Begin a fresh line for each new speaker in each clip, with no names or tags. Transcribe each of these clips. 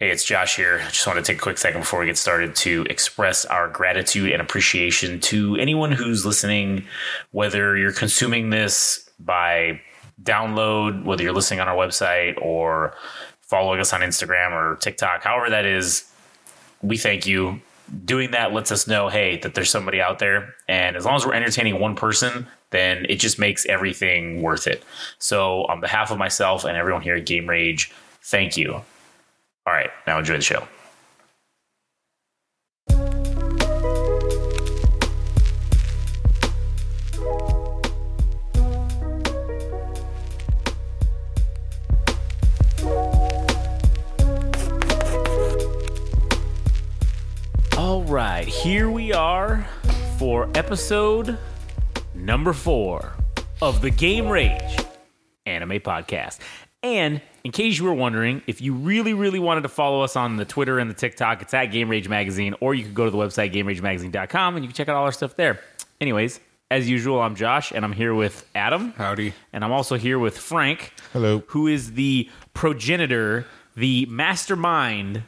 Hey, it's Josh here. I just want to take a quick second before we get started to express our gratitude and appreciation to anyone who's listening, whether you're consuming this by download, whether you're listening on our website or following us on Instagram or TikTok, however that is, we thank you. Doing that lets us know, hey, that there's somebody out there. And as long as we're entertaining one person, then it just makes everything worth it. So, on behalf of myself and everyone here at Game Rage, thank you. All right, now enjoy the show. All right, here we are for episode number four of the Game Rage Anime Podcast. And in case you were wondering, if you really, really wanted to follow us on the Twitter and the TikTok, it's at Game Rage Magazine, or you could go to the website GameRageMagazine.com and you can check out all our stuff there. Anyways, as usual, I'm Josh, and I'm here with Adam,
Howdy.
and I'm also here with Frank,
Hello.
who is the progenitor, the mastermind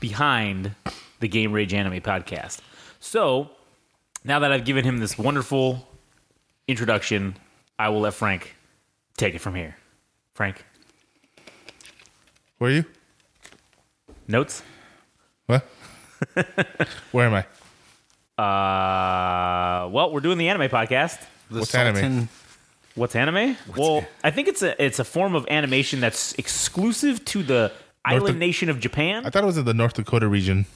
behind the Game Rage Anime Podcast. So now that I've given him this wonderful introduction, I will let Frank take it from here. Frank,
Where are you?
notes?
What? Where am I?
Uh, well, we're doing the anime podcast.
The
What's anime?
What's anime? well, I think it's a it's a form of animation that's exclusive to the island
Ac-
nation of Japan.
I thought it was in the North Dakota region.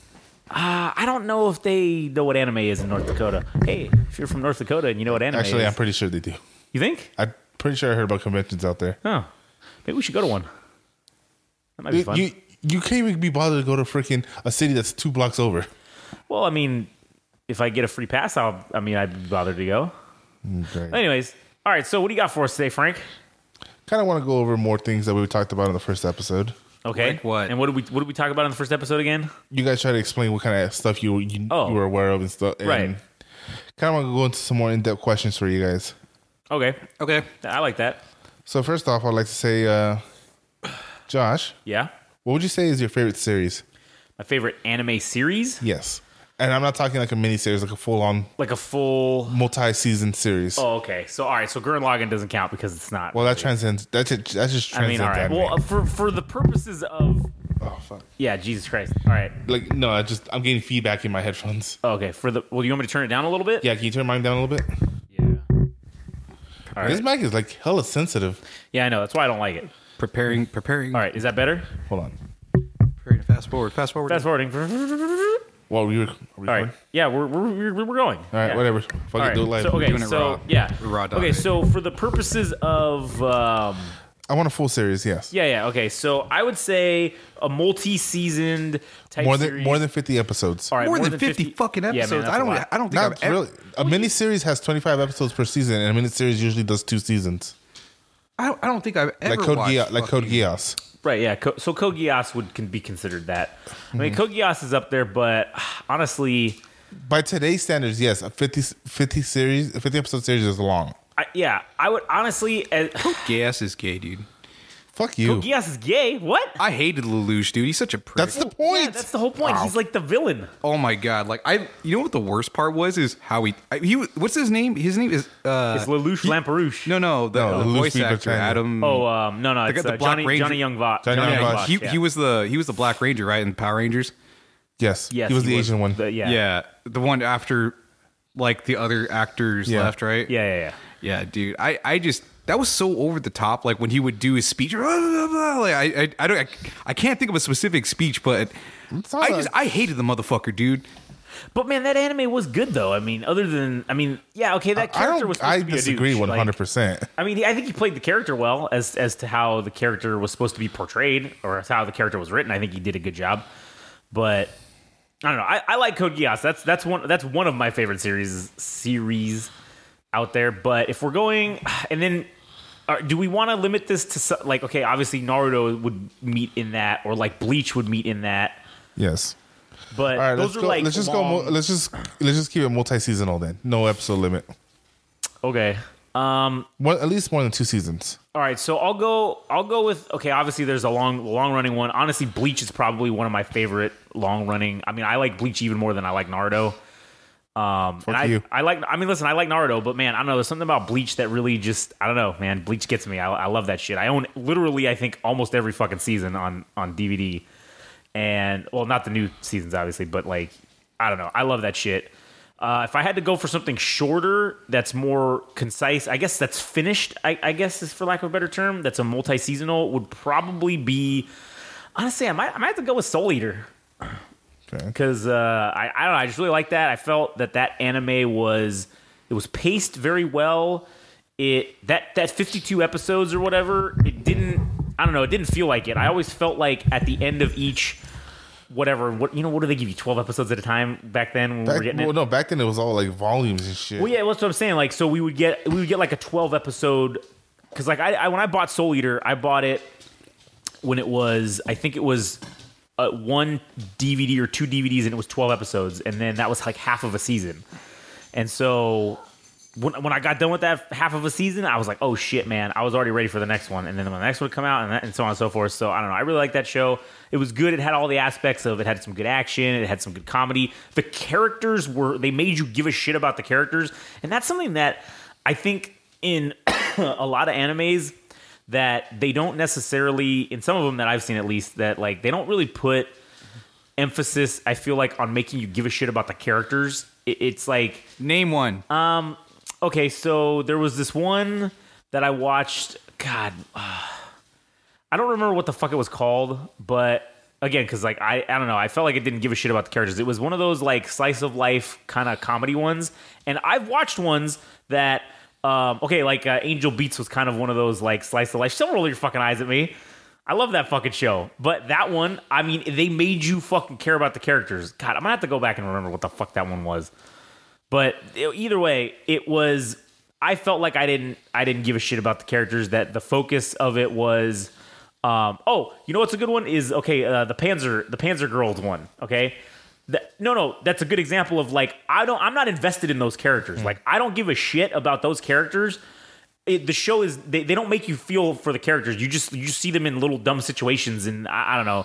I don't know if they know what anime is in North Dakota. Hey, if you're from North Dakota and you know what anime
Actually,
is,
I'm pretty sure they do.
you think?
I'm pretty sure I heard about conventions out there.
Oh, maybe we should go to one. That might be
You,
fun.
you, you can't even be bothered to go to freaking a city that's two blocks over.
well, I mean, if I get a free pass, I'll. I mean, I'd be bothered to go.
Okay.
Anyways, all right. So, what do you got for us today, Frank?
Kind of want to go over more things that we talked about in the first episode.
Okay.
Like what?
And what did we what did we talk about in the first episode again?
You guys try to explain what kind of stuff you you,
Oh.
you were aware of and stuff. And
Right.
Kind of want to go into some more in depth questions for you guys.
Okay,
Okay.
I like that.
So first off, I'd like to say, uh, Josh,
Yeah.
what would you say is your favorite series?
My favorite anime series,
Yes. And I'm not talking like a mini series, like a full on
like a full.
multi season series.
Oh, okay. So, all right. So, Gurren Lagann doesn't count because it's not.
Well, that
really-
transcends. That just, that just
I mean,
transcends.
all right.
anime.
Well, uh, for for the purposes of
oh fuck!
yeah, Jesus Christ. All right.
Like no, I just I'm getting feedback in my headphones.
Okay. For the well, you want me to turn it down a little bit?
Yeah, can you turn mine down a little bit?
Yeah.
This mic is like hella sensitive.
Yeah, I know. That's why I don't like it.
Preparing, preparing.
All right. Is that better?
Hold on.
Preparing to fast forward, fast forward.
Fast forwarding. All
Well, we were. Are we
right.
recording?
Yeah, we're we're, we're, we're going.
All right.
Yeah.
Whatever. Fuck
All
it.
right.
Do it live.
So okay.
doing it
So
raw.
yeah.
Raw dog,
okay.
baby.
So for the purposes of um,
I want a full series. Yes.
yeah yeah okay. So I would say a multi-seasoned type
More than
series.
more than 50 episodes.
All right,
More, than, 50, fucking
Yeah, man,
episodes.
that's
I
a
don't.
lot.
I don't think
Not
I've e,
really.
ever.
A mini series has 25 episodes per season, and a mini series usually does two seasons.
I don't, I don't think I've ever
Like Code
watched.
Geass. Like Code
fucking-
Geass.
Right, yeah. Co- So Code Geass would can be considered that. I
Mm-hmm.
mean, Code Geass is up there, but honestly,
By today's standards, yes, a 50 50 series, a 50 episode series is long.
I, yeah, I would honestly. As,
Geass is gay, dude.
Fuck you.
Code Geass is gay. What?
I hated Lelouch, dude. He's such a prick.
That's the point.
Yeah, that's the whole point.
Wow.
He's like the villain.
oh my god. Like I. You know what the worst part was is how he. I, he. was- What's his name? His name is. uh
It's Lelouch Lamperouche.
No, no. The,
No,
the
Lelouch
voice
Lebertani.
actor Adam.
Oh, um, no, no.
got
It's
the
uh,
Black
Johnny,
Ranger-
Johnny Young Vaught.
Johnny Young
yeah,
Vogt,
he, he was the he was the Black Ranger right in Power Rangers.
Yes.
Yes,
he was the Asian one.
the- yeah.
Yeah.
yeah,
the one after like the other actors
Yeah.
left, right?
yeah, yeah,
Yeah, dude. I, I just that was so over the top. Like when he would do his speech, blah, blah, blah, like, I, I I don't I, I can't think of a specific speech, but
all
I
right.
just I hated the motherfucker, dude.
But man, that anime was good though. I mean, other than I mean, yeah, okay, that
I
character
don't.
was. supposed
I
to be a
disagree
douche.
one
Like,
hundred percent.
I mean, I think he played the character well as as to how the character was supposed to be portrayed or as how the character was written. I think he did a good job, but I don't know. I, I like Code Geass. That's that's one that's one of my favorite series series out there. But if we're going, and then are, do we want to limit this to so- like okay, obviously Naruto would meet in that, or like Bleach would meet in that.
Yes.
But
All right.
those
let's
are
go.
like
let's just
long-
go. Mo- let's just let's just keep it multi seasonal then. No episode limit.
okay.
One, at least more than two seasons.
All right, so I'll go. I'll go with okay. Obviously, there's a long, long running one. Honestly, Bleach is probably one of my favorite long running. I mean, I like Bleach even more than I like Naruto. Um, and I,
you.
I like. I mean, listen, I like Naruto, but man, I don't know. There's something about Bleach that really just. I don't know, man. Bleach gets me. I, I love that shit. I own literally, I think, almost every fucking season on on DVD, and well, not the new seasons, obviously, but like, I don't know. I love that shit. Uh, if I had to go for something shorter, that's more concise, I guess that's finished. I, I guess is for lack of a better term, that's a multi seasonal would probably be. Honestly, I might I might have to go with Soul Eater
Okay.
because uh, I, I don't know. I just really like that. I felt that that anime was it was paced very well. It that that fifty two episodes or whatever. It didn't. I don't know. It didn't feel like it. I always felt like at the end of each. Whatever, what you know? What do they give you? Twelve episodes at a time back then when we
Back,
were getting it.
well, no, back then it was all like volumes and shit.
Well, yeah, that's what I'm saying. Like, so we would get we would get like a 12 episode because like I, I when I bought Soul Eater, I bought it when it was I think it was uh, one DVD or two DVDs, and it was 12 episodes, and then that was like half of a season. And so when when I got done with that half of a season, I was like, oh shit, man, I was already ready for the next one. And then when the next one would come out, and, that, and so on and so forth. So I don't know. I really liked that show. It was good. It had all the aspects of it. Had some good action. It had some good comedy. The characters were they made you give a shit about the characters, and that's something that I think in a lot of animes that they don't necessarily in some of them that I've seen at least that like they don't really put emphasis. I feel like on making you give a shit about the characters. It, it's like
Name one.
okay, so there was this one that I watched. God, uh, I don't remember what the fuck it was called, but again, because like I, I don't know, I felt like it didn't give a shit about the characters. It was one of those like slice of life kind of comedy ones, and I've watched ones that. Um, okay, like uh, Angel Beats was kind of one of those like slice of life. Don't roll your fucking eyes at me. I love that fucking show, but that one, I mean, they made you fucking care about the characters. God, I'm gonna have to go back and remember what the fuck that one was but e- either way it was i felt like i didn't i didn't give a shit about the characters that the focus of it was um oh you know what's a good one is okay uh, the panzer the panzer girls one okay That- no no that's a good example of like i don't i'm not invested in those characters like i don't give a shit about those characters it, the show is they, they don't make you feel for the characters you just you see them in little dumb situations and i, I don't know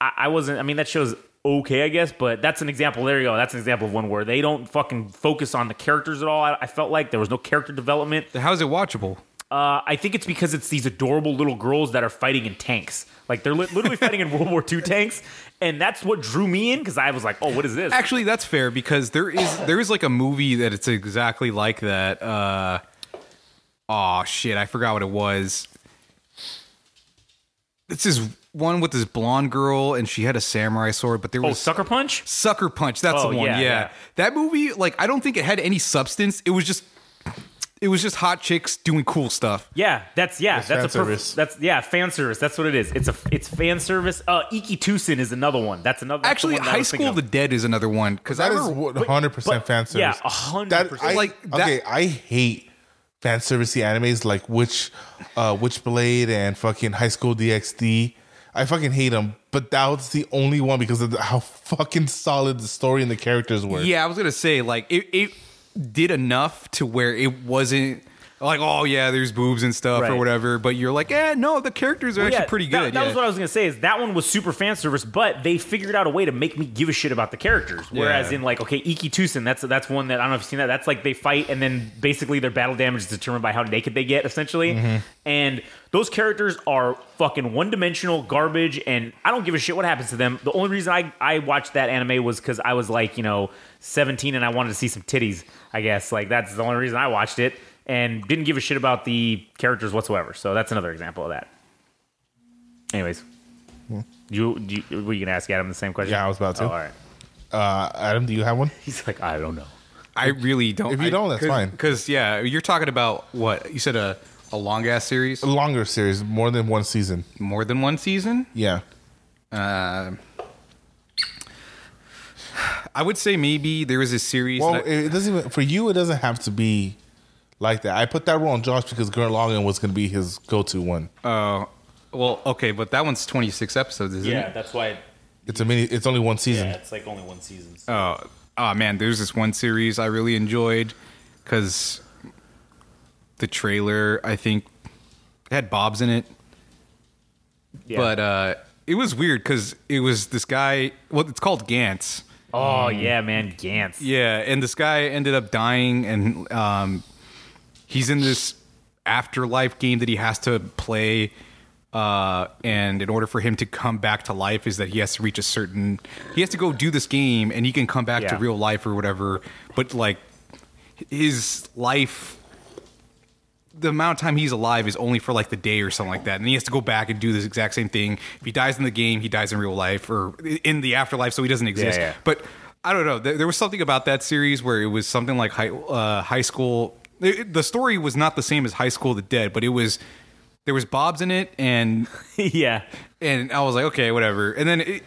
I, I wasn't. I mean, that show's okay, I guess. But that's an example. There you go. That's an example of one where they don't fucking focus on the characters at all. I, I felt like there was no character development.
How's it watchable?
Uh, I think it's because it's these adorable little girls that are fighting in tanks. Like they're li- literally fighting in World War II tanks, and that's what drew me in because I was like, "Oh, what is this?"
Actually, that's fair because there is there is like a movie that it's exactly like that. Uh, oh shit, I forgot what it was. It's this one with this blonde girl, and she had a samurai sword, but there
oh,
was
sucker punch.
Sucker Punch. That's
Oh,
the one.
yeah,
Yeah,
yeah.
that movie. Like, I don't think it had any substance. It was just, it was just hot chicks doing cool stuff.
Yeah, that's yeah,
It's
that's
fan
a perf-
service.
that's yeah, fan service. That's what it is. It's a it's fan service. Uh, Iki Tucson is another one. That's another. That's the
Actually,
one that I
High
was thinking
School of
of.
the Dead is another one because I
That is
remember
one hundred percent
but-
fan service.
yeah, 100%.
That, I,
Like, that-
okay, I hate fan servicey animes like Witch, uh, Witchblade, and fucking High School DxD. I fucking hate them, but that was the only one because of the, how fucking solid the story and the characters were.
Yeah, I was gonna say like it, it did enough to where it wasn't like oh yeah, there's boobs and stuff
Right.
or whatever, but you're like eh no, the characters are actually pretty
that-
good.
That, was
yeah.
what I was gonna say. Is that one was super fan service, but they figured out a way to make me give a shit about the characters. Whereas
Yeah.
in like okay, Iki Tucson, that's that's one that I don't know if you've seen that. That's like they fight and then basically their battle damage is determined by how naked they get, essentially.
Mm-hmm.
And those characters are fucking one dimensional garbage, and I don't give a shit what happens to them. The only reason I I watched that anime was because I was like you know 17 and I wanted to see some titties. I guess like that's the only reason I watched it. And didn't give a shit about the characters whatsoever. So that's another example of that. Anyways, you, do you were you gonna ask Adam the same question?
Yeah, I was about to.
Oh, all right.
Uh, Adam, do you have one?
He's like, I don't know.
I really don't.
If you
I-
don't, that's
cause,
fine.
Because yeah, you're talking about what you said a a long ass series,
Longer series, more than one season.
more than one season.
Yeah,
Um, I would say maybe there was a series.
Well,
that-
it doesn't even for you. It doesn't have to be like that. I put that rule on Josh because Gurren Lagann was going to be his go-to one.
uh, well, okay, but that one's 26 episodes, isn't it?
that's why.
it's a mini. It's only one season.
it's like only one season.
Oh, oh man, there's this one series I really enjoyed because the trailer. I think it had Bob's in it,
Yeah.
but uh, it was weird because it was this guy. Well, it's called Gantz.
oh yeah, man, Gantz.
Yeah, and this guy ended up dying, and um, he's in this afterlife game that he has to play. Uh, and in order for him to come back to life, is that he has to reach a certain, he has to go do this game, and he can come back to
Yeah.
real life or whatever. But like his life, the amount of time he's alive is only for like the day or something like that, and he has to go back and do this exact same thing. If he dies in the game, he dies in real life or in the afterlife, so he doesn't exist.
yeah.
But I don't know. There, there was something about that series where it was something like high, uh, high school. it- it- the story was not the same as High School of the Dead, but it was there was Bob's in it, and
yeah.
and I was like, okay, whatever. And then it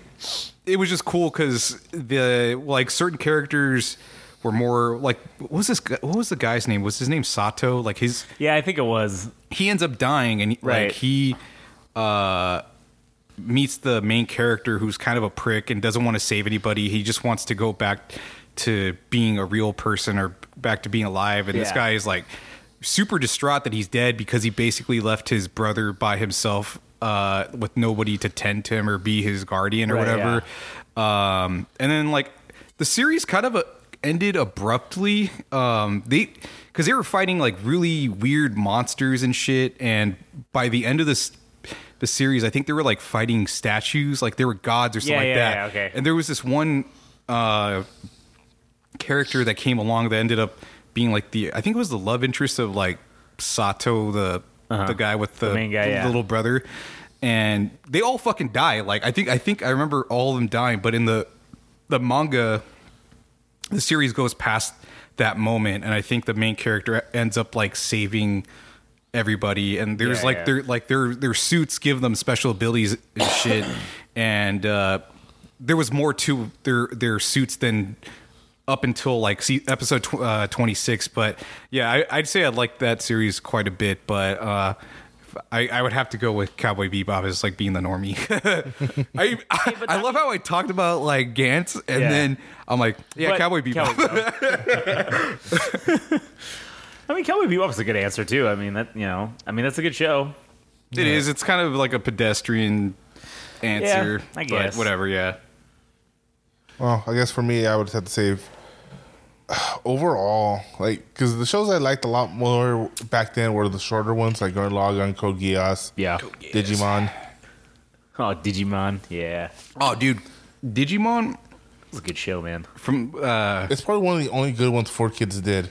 it was just cool because the like certain characters were more like what was this guy, what was the guy's name? Was his name Sato? Like his
Yeah, I think it was.
he ends up dying and
Right.
like he uh meets the main character who's kind of a prick and doesn't want to save anybody he just wants to go back to being a real person or back to being alive and this
Yeah.
guy is like super distraught that he's dead because he basically left his brother by himself uh with nobody to tend to him or be his guardian or
Right,
whatever um and then like the series kind of uh ended abruptly um they because they were fighting like really weird monsters and shit and by the end of this the series i think they were like fighting statues like they were gods or something
Yeah,
like
yeah,
that
yeah, okay.
and there was this one uh character that came along that ended up being like the I think it was the love interest of like Sato the the guy with the,
Uh-huh. main guy, yeah.
little brother and they all fucking die like I think I think I remember all of them dying but in the the manga the series goes past that moment and I think the main character ends up like saving everybody and there's
Yeah,
like
yeah.
their like their their suits give them special abilities and shit and uh there was more to their their suits than up until like see episode tw- uh, 26 but yeah I, i'd say i like that series quite a bit but uh I, I would have to go with Cowboy Bebop as like being the normie. I, I, I love how I talked about like Gantz and
Yeah.
then I'm like, yeah,
But-
Cowboy Bebop.
Cowboy Bebop. I mean, Cowboy Bebop's a good answer too. I mean, that you know, I mean, that's a good show.
It is. It's kind of like a pedestrian answer.
I guess.
But whatever, yeah.
Well, I guess for me, I would have to say overall, like, because the shows I liked a lot more back then were the shorter ones, like Gurren Lagann, Code Geass,
Yeah.
Digimon.
Oh, Digimon. Yeah,
Oh, dude, Digimon
it's a good show, man.
from uh
It's probably one of the only good ones four kids did.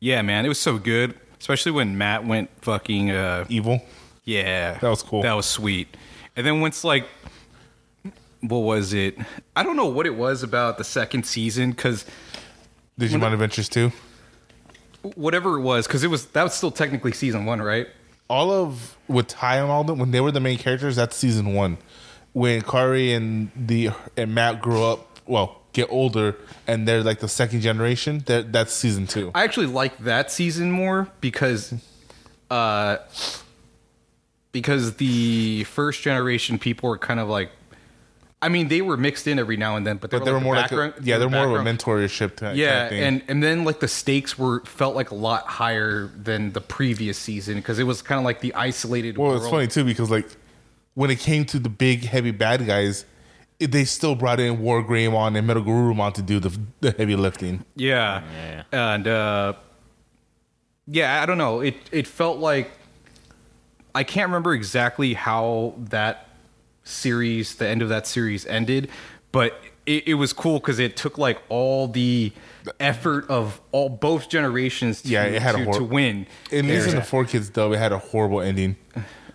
yeah, man, it was so good, especially when Matt went fucking uh
Evil.
yeah.
That was cool.
That was sweet. And then once like what was it? I don't know what it was about the second season cuz
Digimon Adventures 2.
whatever it was cuz it was that was still technically season 1, right?
All of, with Ty and all them, when they were the main characters, that's season one. When Kari and the and Matt grow up, well, get older, and they're like the second generation, they're- that's season two.
I actually like that season more because uh because the first generation people were kind of like I mean they were mixed in every now and then, but they
but
were,
they were
like
more
the
like, a,
background-
yeah,
they
they're
were
more of a
background-
mentorship type
yeah,
type thing.
and and then like the stakes were felt like a lot higher than the previous season because it was kind of like the isolated
Well,
world.
it's funny too because like when it came to the big heavy bad guys, it, they still brought in War Greymon and Metal Gurumon to do the, the heavy lifting.
Yeah. And uh yeah, I don't know. It it felt like I can't remember exactly how that series, the end of that series ended, but it, it was cool because it took like all the effort of all both generations to,
Yeah, it had a
to,
hor-
to win.
At least in the four kids dub, it had a horrible ending.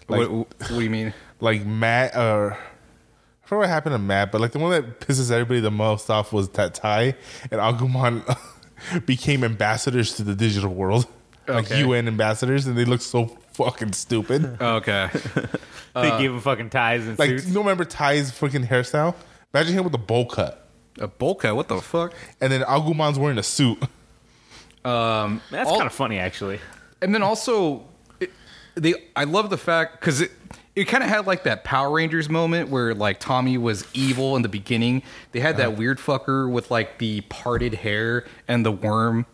what, what do you mean?
Like Matt, or I forgot what happened to Matt, but like the one that pisses everybody the most off was that Tai and Agumon became ambassadors to the digital world, like
Okay.
UN ambassadors, and they look so fucking stupid.
Oh, Okay.
They gave him fucking ties and
Like,
suits.
you don't remember Tai's freaking hairstyle? Imagine him with a bowl cut.
a bowl cut, what the fuck?
and then Agumon's wearing a suit.
That's
all-
kind of funny, actually.
and then also it, they i love the fact because it it kind of had like that power rangers moment where like tommy was evil in the beginning they had that weird fucker with like the parted hair and the worm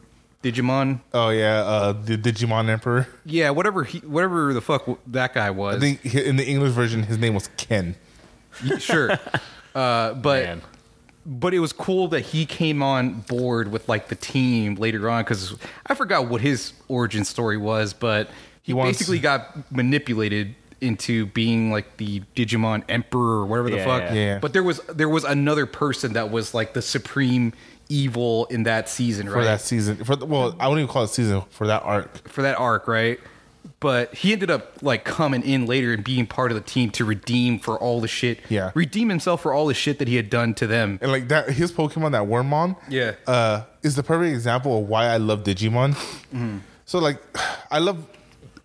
Digimon.
Oh yeah, uh, the Digimon Emperor.
Yeah, whatever he, whatever the fuck w- that guy was.
I think hi- in the English version, his name was Ken.
sure. Uh, but
Man.
but it was cool that he came on board with like the team later on because I forgot what his origin story was, but he,
He wants-
basically got manipulated into being like the Digimon Emperor or whatever the
Yeah,
fuck.
yeah.
Yeah.
But there was there was another person that was like the supreme evil in that season,
for
right?
that season. For the, well, I wouldn't even call it season for that arc.
for that arc, right? But he ended up like coming in later and being part of the team to redeem for all the shit.
Yeah.
Redeem himself for all the shit that he had done to them.
And like that, his Pokemon, that Wormmon,
Yeah.
uh, is the perfect example of why I love Digimon. So like, I love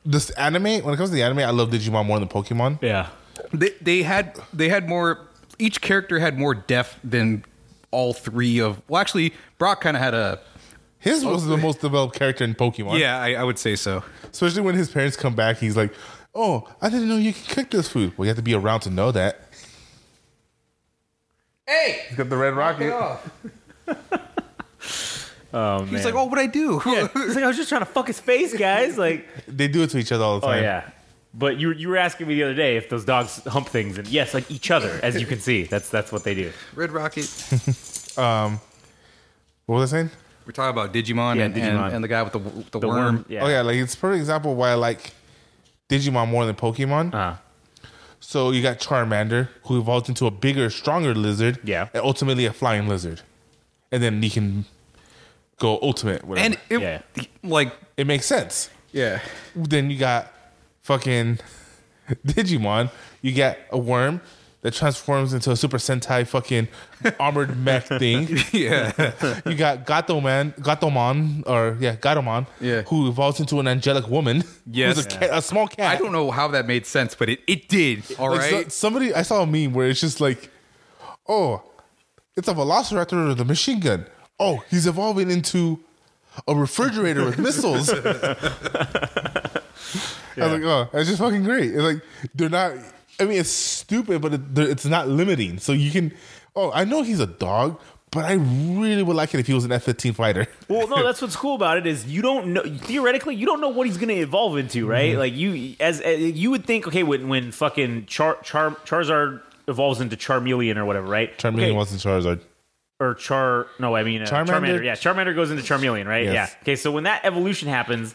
this anime. When it comes to the anime, I love Digimon more than Pokemon.
Yeah.
They they had they had more each character had more depth than all three of well actually Brock kinda had a
His was the most developed character in Pokemon.
Yeah, I, I would say so.
Especially when his parents come back, he's like, "Oh, I didn't know you could cook this food." Well, you have to be around to know that.
Hey!
He's got the red rocket.
Oh man.
He's like, Oh what'd I do?
He's like, I was just trying to fuck his face, guys. Like,
They do it to each other all the
oh
time.
yeah. But you, you were asking me the other day if those dogs hump things, and yes, like each other, as you can see, that's that's what they do.
Red Rocket.
What was I saying?
We're talking about Digimon,
Yeah,
and,
Digimon.
And, and the guy with the w- the,
The
worm.
worm, yeah.
Oh yeah, like it's a perfect example of why I like Digimon more than Pokemon.
Uh-huh.
So you got Charmander, who evolved into a bigger, stronger lizard,
Yeah.
and ultimately a flying lizard, and then he can go ultimate. Whatever.
And
And
it
Yeah.
like
it makes sense.
Yeah.
Then you got fucking Digimon. You got a worm that transforms into a Super Sentai fucking armored mech thing.
Yeah.
You got Gatoman, Gatomon, or yeah, Gatomon,
Yeah.
who evolves into an angelic woman.
Yes.
who's a, cat, a small cat.
I don't know how that made sense, but it, it did. All right.
Like, so- somebody, I saw a meme where it's just like, oh, it's a velociraptor with a machine gun. Oh, he's evolving into a refrigerator with missiles. I was like, oh, that's just fucking great. It's like they're not. I mean, it's stupid, but it, they're- it's not limiting. So you can. Oh, I know he's a dog, but I really would like it if he was an F fifteen fighter.
Well, no, that's what's cool about it is you don't know theoretically you don't know what he's going to evolve into, right? Like you as, as you would think, okay, when when fucking Char, Char Charizard evolves into Charmeleon or whatever, right?
Charmeleon
Okay,
wasn't Charizard.
or Char. No, I mean uh, Charmander?
Charmander?
Yeah, Charmander goes into Charmeleon, right?
Yes.
Yeah. Okay, so when that evolution happens,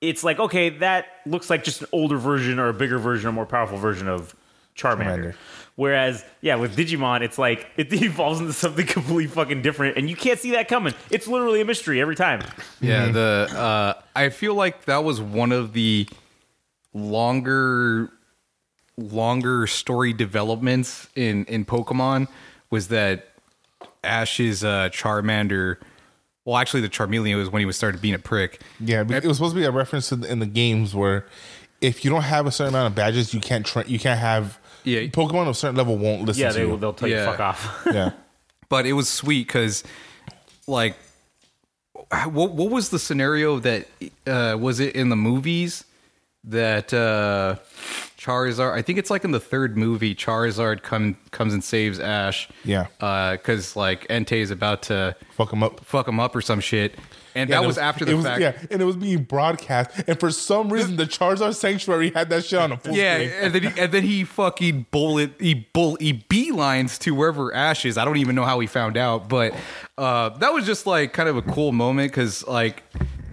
it's like okay, that looks like just an older version or a bigger version or more powerful version of Charmander.
Charmander.
Whereas, yeah, with Digimon, it's like it evolves into something completely fucking different, and you can't see that coming. It's literally a mystery every time.
Yeah, the uh, I feel like that was one of the longer, longer story developments in in Pokemon was that Ash's uh, Charmander. Well, actually, the Charmeleon was when he was started being a prick.
Yeah, bec- it was supposed to be a reference to the, in the games where if you don't have a certain amount of badges, you can't tra- you can't have
Yeah.
Pokemon of a certain level won't listen
Yeah,
to
they
you.
will. They'll tell you
Yeah.
fuck off.
yeah.
But it was sweet because, like, what what was the scenario that uh, was it in the movies that uh, Charizard? I think it's like in the third movie, Charizard come comes and saves Ash.
Yeah.
Uh, because like Entei is about to
Fuck them up.
fuck him up or some shit, and
Yeah,
that
and it
was after
it
the
was-
fact.
Yeah, and it was being broadcast, and for some reason, the Charizard Sanctuary had that shit on a full
Yeah,
screen.
and then he, and then he fucking bullet he bull he beelines to wherever Ash is. I don't even know how he found out, but uh, that was just like kind of a cool moment because like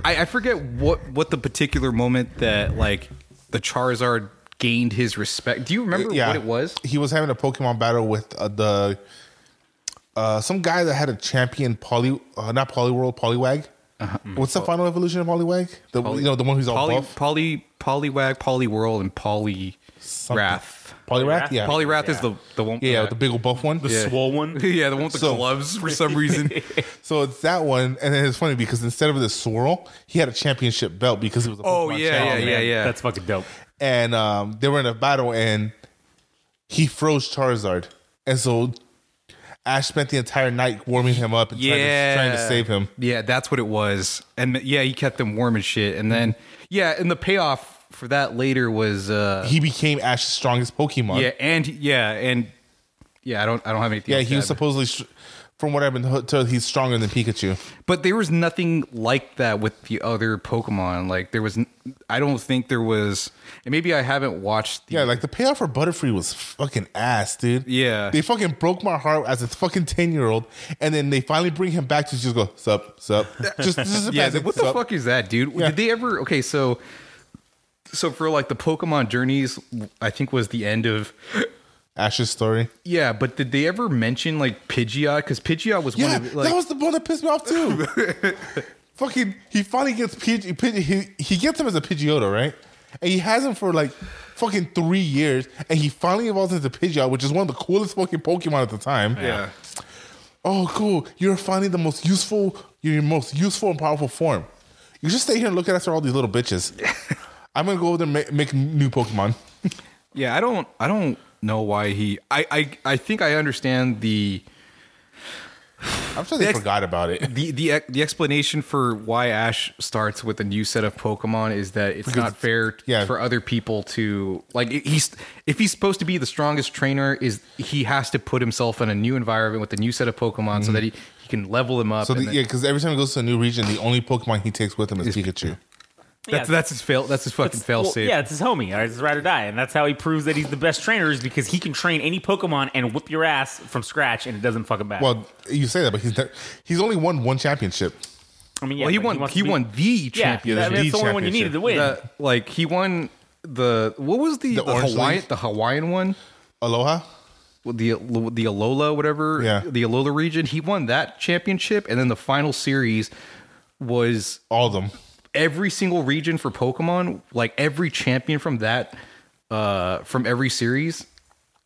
I, I forget what what the particular moment that like the Charizard gained his respect. Do you remember
yeah,
what it was?
He was having a Pokemon battle with uh, the uh, some guy that had a champion Poly, uh, not Polyworld, Poliwag. What's the final evolution of Poliwag? The you know the one who's all
Uh-huh. Poly
buff,
Poly Polywag, Polyworld, and Poly Wrath.
Poliwrath. Yeah,
Polyrath is the the one.
yeah, with the big old buff one.
The swole one.
yeah, the one with the
So-
gloves for some reason.
So it's that one, and then it's funny because instead of the swirl, he had a championship belt because it was. A
oh
Pokemon
yeah, yeah,
challenge.
yeah, yeah.
That's fucking dope.
And um, they were in a battle, and he froze Charizard, and so Ash spent the entire night warming him up and
yeah.
trying, to, trying to save him.
Yeah, that's what it was. And yeah, he kept them warm and shit. And then yeah, and the payoff for that later was uh
He became Ash's strongest Pokemon.
yeah, and yeah, and Yeah, I don't. I don't have anything.
Yeah,
else
he
to
was
add.
supposedly, str- from what I've been told, he's stronger than Pikachu.
But there was nothing like that with the other Pokemon. Like there was, n- I don't think there was, and maybe I haven't watched. The,
Yeah, like the payoff for Butterfree was fucking ass, dude.
Yeah.
They fucking broke my heart as a fucking 10 year old. And then they finally bring him back to just go, sup, sup. Just, just
yeah.
passing,
What the
"Sup."
fuck is that, dude?
Yeah.
Did they ever? Okay, so, so for like the Pokemon journeys, I think was the end of.
Ash's story.
Yeah, but did they ever mention like Pidgeot? Because Pidgeot was
Yeah,
one of like.
that was the one that pissed me off too. fucking, he finally gets Pidge, Pidge, he, he gets him as a Pidgeotto, right? And he has him for like fucking three years, and he finally evolves into Pidgeot, which is one of the coolest fucking Pokemon at the time.
yeah.
Oh, cool! You're finally the most useful, you're your most useful and powerful form. You just stay here and look at us all these little bitches. I'm gonna go over there and make, make new Pokemon.
Yeah, I don't I don't know why he I I, I think I understand the
I'm sure they
Next-
forgot about it
the the ex- the explanation for why Ash starts with a new set of Pokemon is that it's not fair
yeah.
for other people to like it- he's if he's supposed to be the strongest trainer is he has to put himself in a new environment with a new set of Pokemon so that he, he can level them up.
So
and
the,
then-
yeah, because every time he goes to a new region, the only Pokemon he takes with him is Pikachu.
that's
Yeah.
that's his fail that's his fucking fail
Well,
safe.
yeah, it's his homie. All right, it's his ride or die, and that's how he proves that he's the best trainer is because he can train any Pokemon and whip your ass from scratch, and it doesn't fucking matter.
Well, you say that, but he's not, he's only won one championship.
I mean, yeah,
Well, he
but
won
wants
he
to be-
won the
Yeah,
championship.
I mean, that's
The
the only one you
championship.
needed to win.
The- like he won the what was the,
The
the,
Orange
Hawaiian
League?
the Hawaiian one?
Aloha.
Well, the the Alola whatever
Yeah.
the Alola region he won that championship and then the final series was
All of them.
every single region for Pokemon like every champion from that uh from every series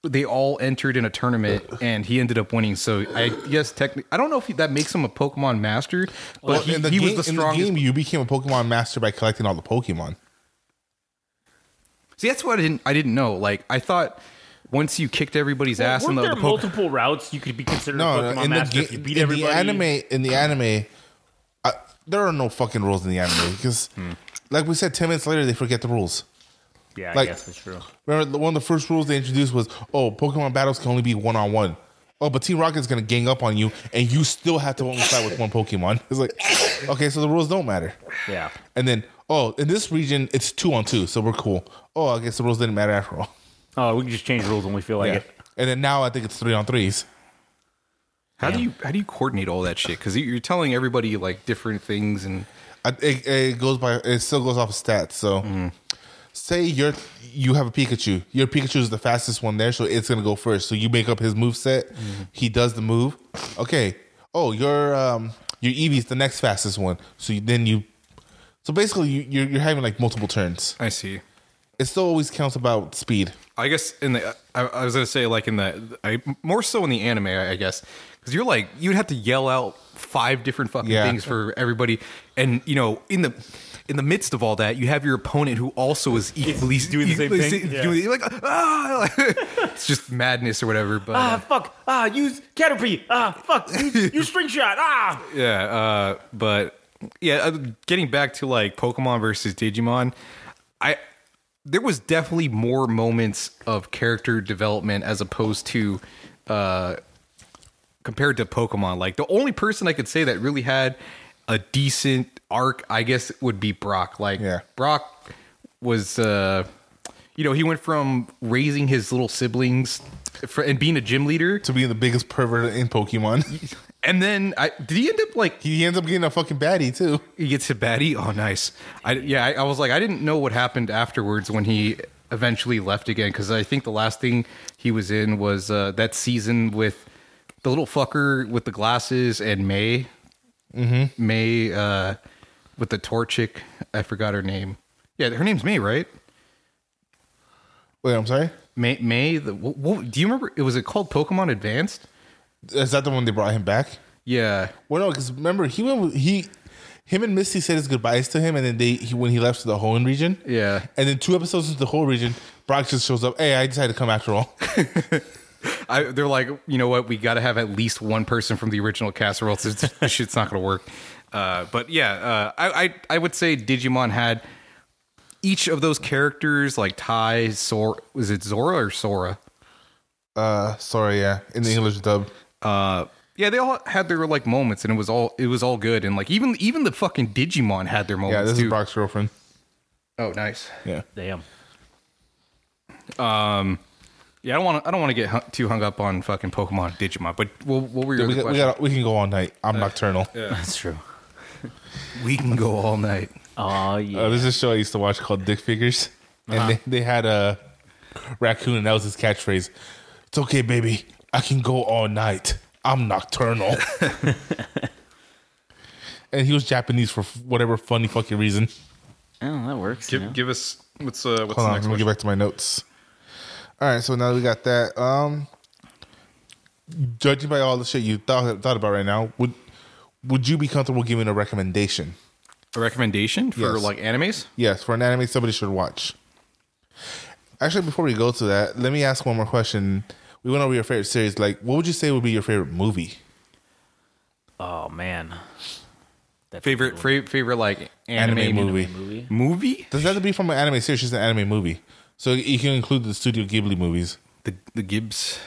they all entered in a tournament and he ended up winning so I guess technically I don't know if he, that makes him a Pokemon master but
Well,
he,
in the
he
game,
was the
in
strongest
game, you became a Pokemon master by collecting all the Pokemon.
See, that's what I didn't. I didn't know. Like, I thought once you kicked everybody's
Well,
ass in
weren't
the,
there
the Poke-
multiple routes you could be considered a
No,
Pokemon
no, in the
master if you
game,
beat
in the
everybody?
anime, in the anime, I, there are no fucking rules in the anime because,
Hmm.
like we said, ten minutes later they forget the rules.
Yeah,
like-
I guess that's true.
Remember, the- one of the first rules they introduced was, "Oh, Pokemon battles can only be one on one." Oh, but Team Rocket's gonna gang up on you, and you still have to only fight with one Pokemon. It's like, okay, so the rules don't matter.
Yeah.
And then, oh, in this region, it's two on two, so we're cool. Oh, I guess the rules didn't matter after all.
Oh, we can just change rules when we feel like
Yeah.
it.
And then now I think it's three on threes.
How do you how do you coordinate all that shit? Because you're telling everybody like different things, and
I, it, it goes by. It still goes off stats. So, say you're you have a Pikachu. Your Pikachu is the fastest one there, so it's gonna go first. So you make up his move set. He does the move. Okay. Oh, your um your Eevee's the next fastest one. So you, then you. So basically, you, you're you're having like multiple turns.
I see.
It still always counts about speed.
I guess in the I, I was gonna say like in the I, more so in the anime, I, I guess, because you're like you'd have to yell out five different fucking
Yeah.
things for everybody, and you know in the. In the midst of all that, you have your opponent who also is equally
doing the same
equally
thing?
si- doing- like, ah, it's just madness or whatever. But
Ah, fuck. Ah, use Caterpie. Ah, fuck. Use, use String Shot. Ah.
Yeah, uh, but yeah, uh, getting back to like Pokemon versus Digimon, I there was definitely more moments of character development as opposed to uh, compared to Pokemon. Like the only person I could say that really had a decent arc, I guess, would be Brock. Like
Yeah.
Brock was, uh, you know, he went from raising his little siblings. For, and being a gym leader,
To being the biggest pervert in Pokemon,
and then I did he end up like
he ends up getting a fucking baddie too.
he gets hit baddie. Oh, nice. I, yeah, I, I was like, I didn't know what happened afterwards when he eventually left again because I think the last thing he was in was uh, that season with the little fucker with the glasses and May, mm-hmm. May uh, with the Torchic. I forgot her name. Yeah, her name's May, right?
Wait, I'm sorry.
May. May. The, what, what, do you remember? It was it called Pokemon Advanced?
Is that the one they brought him back?
Yeah.
Well, no, because remember he went with, he, him and Misty said his goodbyes to him, and then they he, when he left to the Hoenn region,
Yeah.
and then two episodes into the whole region, Brock just shows up. Hey, I decided to come after all.
I, they're like, you know what? We got to have at least one person from the original cast, or else this this shit's not going to work. Uh, but yeah, uh, I, I I would say Digimon had each of those characters like Tai, Sora. Was it Zora or Sora?
Uh, sorry, yeah, in the English dub.
Uh, yeah, they all had their like moments, and it was all it was all good, and like even even the fucking Digimon had their moments
Yeah, this
too.
is Brock's girlfriend.
oh, nice.
Yeah,
Damn.
Um, Yeah, I don't want to I don't want to get hung, too hung up on fucking Pokemon, Digimon, but we'll, what were your
we,
other
got, we,
questions?
got, we can go all night. I'm nocturnal.
That's true.
we can go all night.
Oh yeah.
Uh, there's a show I used to watch called Dick Figures, and they, they had a raccoon, and that was his catchphrase. It's okay, baby. I can go all night. I'm nocturnal. and he was Japanese for f- whatever funny fucking reason.
oh, that works. you know?
give us what's uh what's
Hold on, let me get back to my notes. All right, so now that we got that. Um, judging by all the shit you thought thought about right now, would would you be comfortable giving a recommendation?
a recommendation for
Yes.
like animes?
Yes, for an anime somebody should watch. Actually, before we go to that, let me ask one more question. We went over your favorite series. Like, what would you say would be your favorite movie?
Oh man. That's a
Favorite
good
fa- favorite like anime,
Anime,
movie.
movie.
one. movie.
Movie?
Does that have to be from an anime series? Just an anime movie. So you can include the Studio Ghibli movies.
The the Gibbs.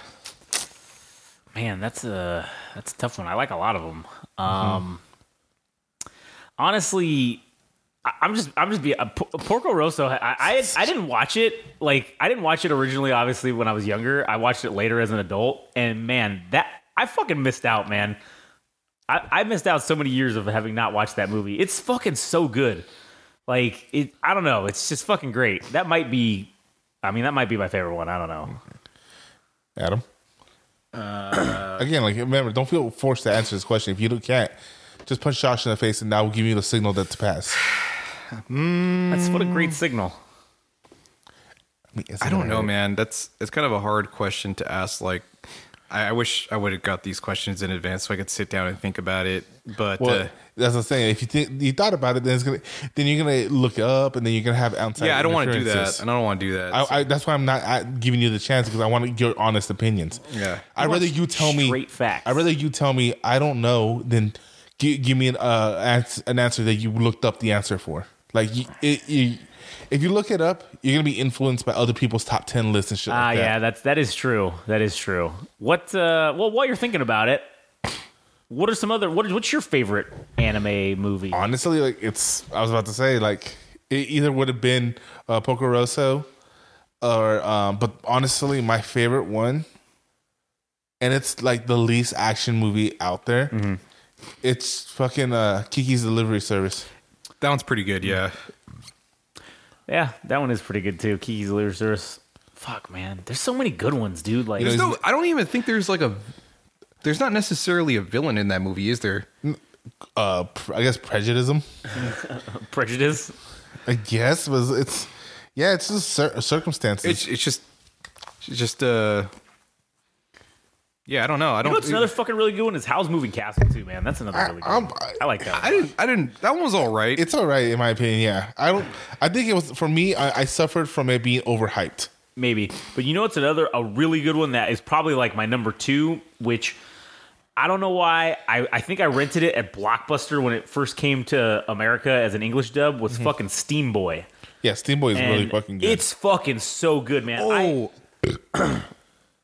Man, that's a that's a tough one. I like a lot of them. Um, honestly, I, I'm just I'm just be uh, Por- Porco Rosso. I, I I didn't watch it like I didn't watch it originally. Obviously, when I was younger, I watched it later as an adult, and man, that I fucking missed out, man. I, I missed out so many years of having not watched that movie. It's fucking so good. Like it, I don't know. It's just fucking great. That might be, I mean, that might be my favorite one. I don't know.
Adam.
Uh,
Again, like remember, don't feel forced to answer this question. If you don't can't, just punch Josh in the face, and that will give you the signal that to pass.
That's what a great signal.
mean, it's
I don't
anime.
know, man. That's it's kind of a hard question to ask. Like, I, I wish I would have got these questions in advance so I could sit down and think about it. But
Well,
uh,
that's what I'm saying. If you think you thought about it, then it's gonna then you're gonna look it up, and then you're gonna have outside.
yeah, I don't want to do
interferences.
that, and I don't want to do that. So-
I, I, that's why I'm not I, giving you the chance because I want your honest opinions.
Yeah.
I'd rather you tell me
straight facts.
I'd rather you tell me I don't know than give, give me an uh, ans- an answer that you looked up the answer for. Like you, it, you, if you look it up, you're gonna be influenced by other people's top ten lists and shit.
Ah,
like that.
yeah, that's that is true. That is true. What? Uh, well, while you're thinking about it, what are some other? What is? What's your favorite anime movie?
honestly, like it's. I was about to say like it either would have been uh, Poco Rosso or, um, but honestly, my favorite one, and it's like the least action movie out there.
Mm-hmm.
It's fucking uh, Kiki's Delivery Service.
that one's pretty good. Yeah,
Yeah, that one is pretty good too. Kiki's Delivery Service. Fuck, man, there's so many good ones, dude. Like,
You
there's
know,
no. I don't even think there's like a. There's not necessarily a villain in that movie, is there?
Uh, pr- I guess prejudice.
Prejudice.
I guess was it's. Yeah, it's just cir- circumstances.
It's it's just, it's just uh. Yeah, I don't know. I
You
don't.
know what's another fucking really good one is How's Moving Castle too, man. That's another really good.
I'm-
one. I like that.
I
One.
didn't. I didn't. That one was all right.
it's all right in my opinion. Yeah, I don't. I think it was for me. I, I suffered from it being overhyped.
Maybe, but you know what's another a really good one that is probably like my number two, which I don't know why. I, I think I rented it at Blockbuster when it first came to America as an English dub. Was fucking Steam Boy.
Yeah, Steamboy is really
And
fucking good.
It's fucking so good, man.
oh
I,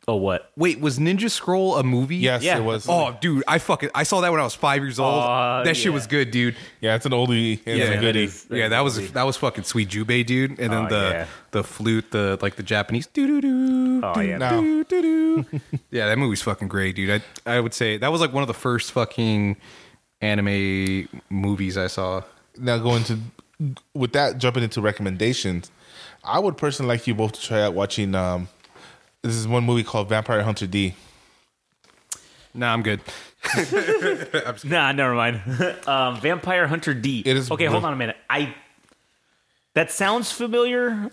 oh, what?
wait, was Ninja Scroll a movie?
yes,
yeah.
it was.
Oh, dude, I fucking I saw that when I was five years old.
Aw,
that shit
yeah.
was good, dude.
Yeah, it's an oldie. It's
Yeah,
a goodie.
that is-
yeah, that was that was fucking sweet jubei, dude. And then
Oh,
the
yeah.
the flute, the like the Japanese doo doo doo.
Oh, yeah.
No.
doo, doo, doo. yeah, that movie's fucking great, dude. I I would say that was like one of the first fucking anime movies I saw.
Now going to with that jumping into recommendations, I would personally like you both to try out watching. Um, this is one movie called Vampire Hunter D.
Nah, I'm good.
Nah, never mind. um, Vampire Hunter D.
It is
okay. Hold
real-
on a minute. I that sounds familiar,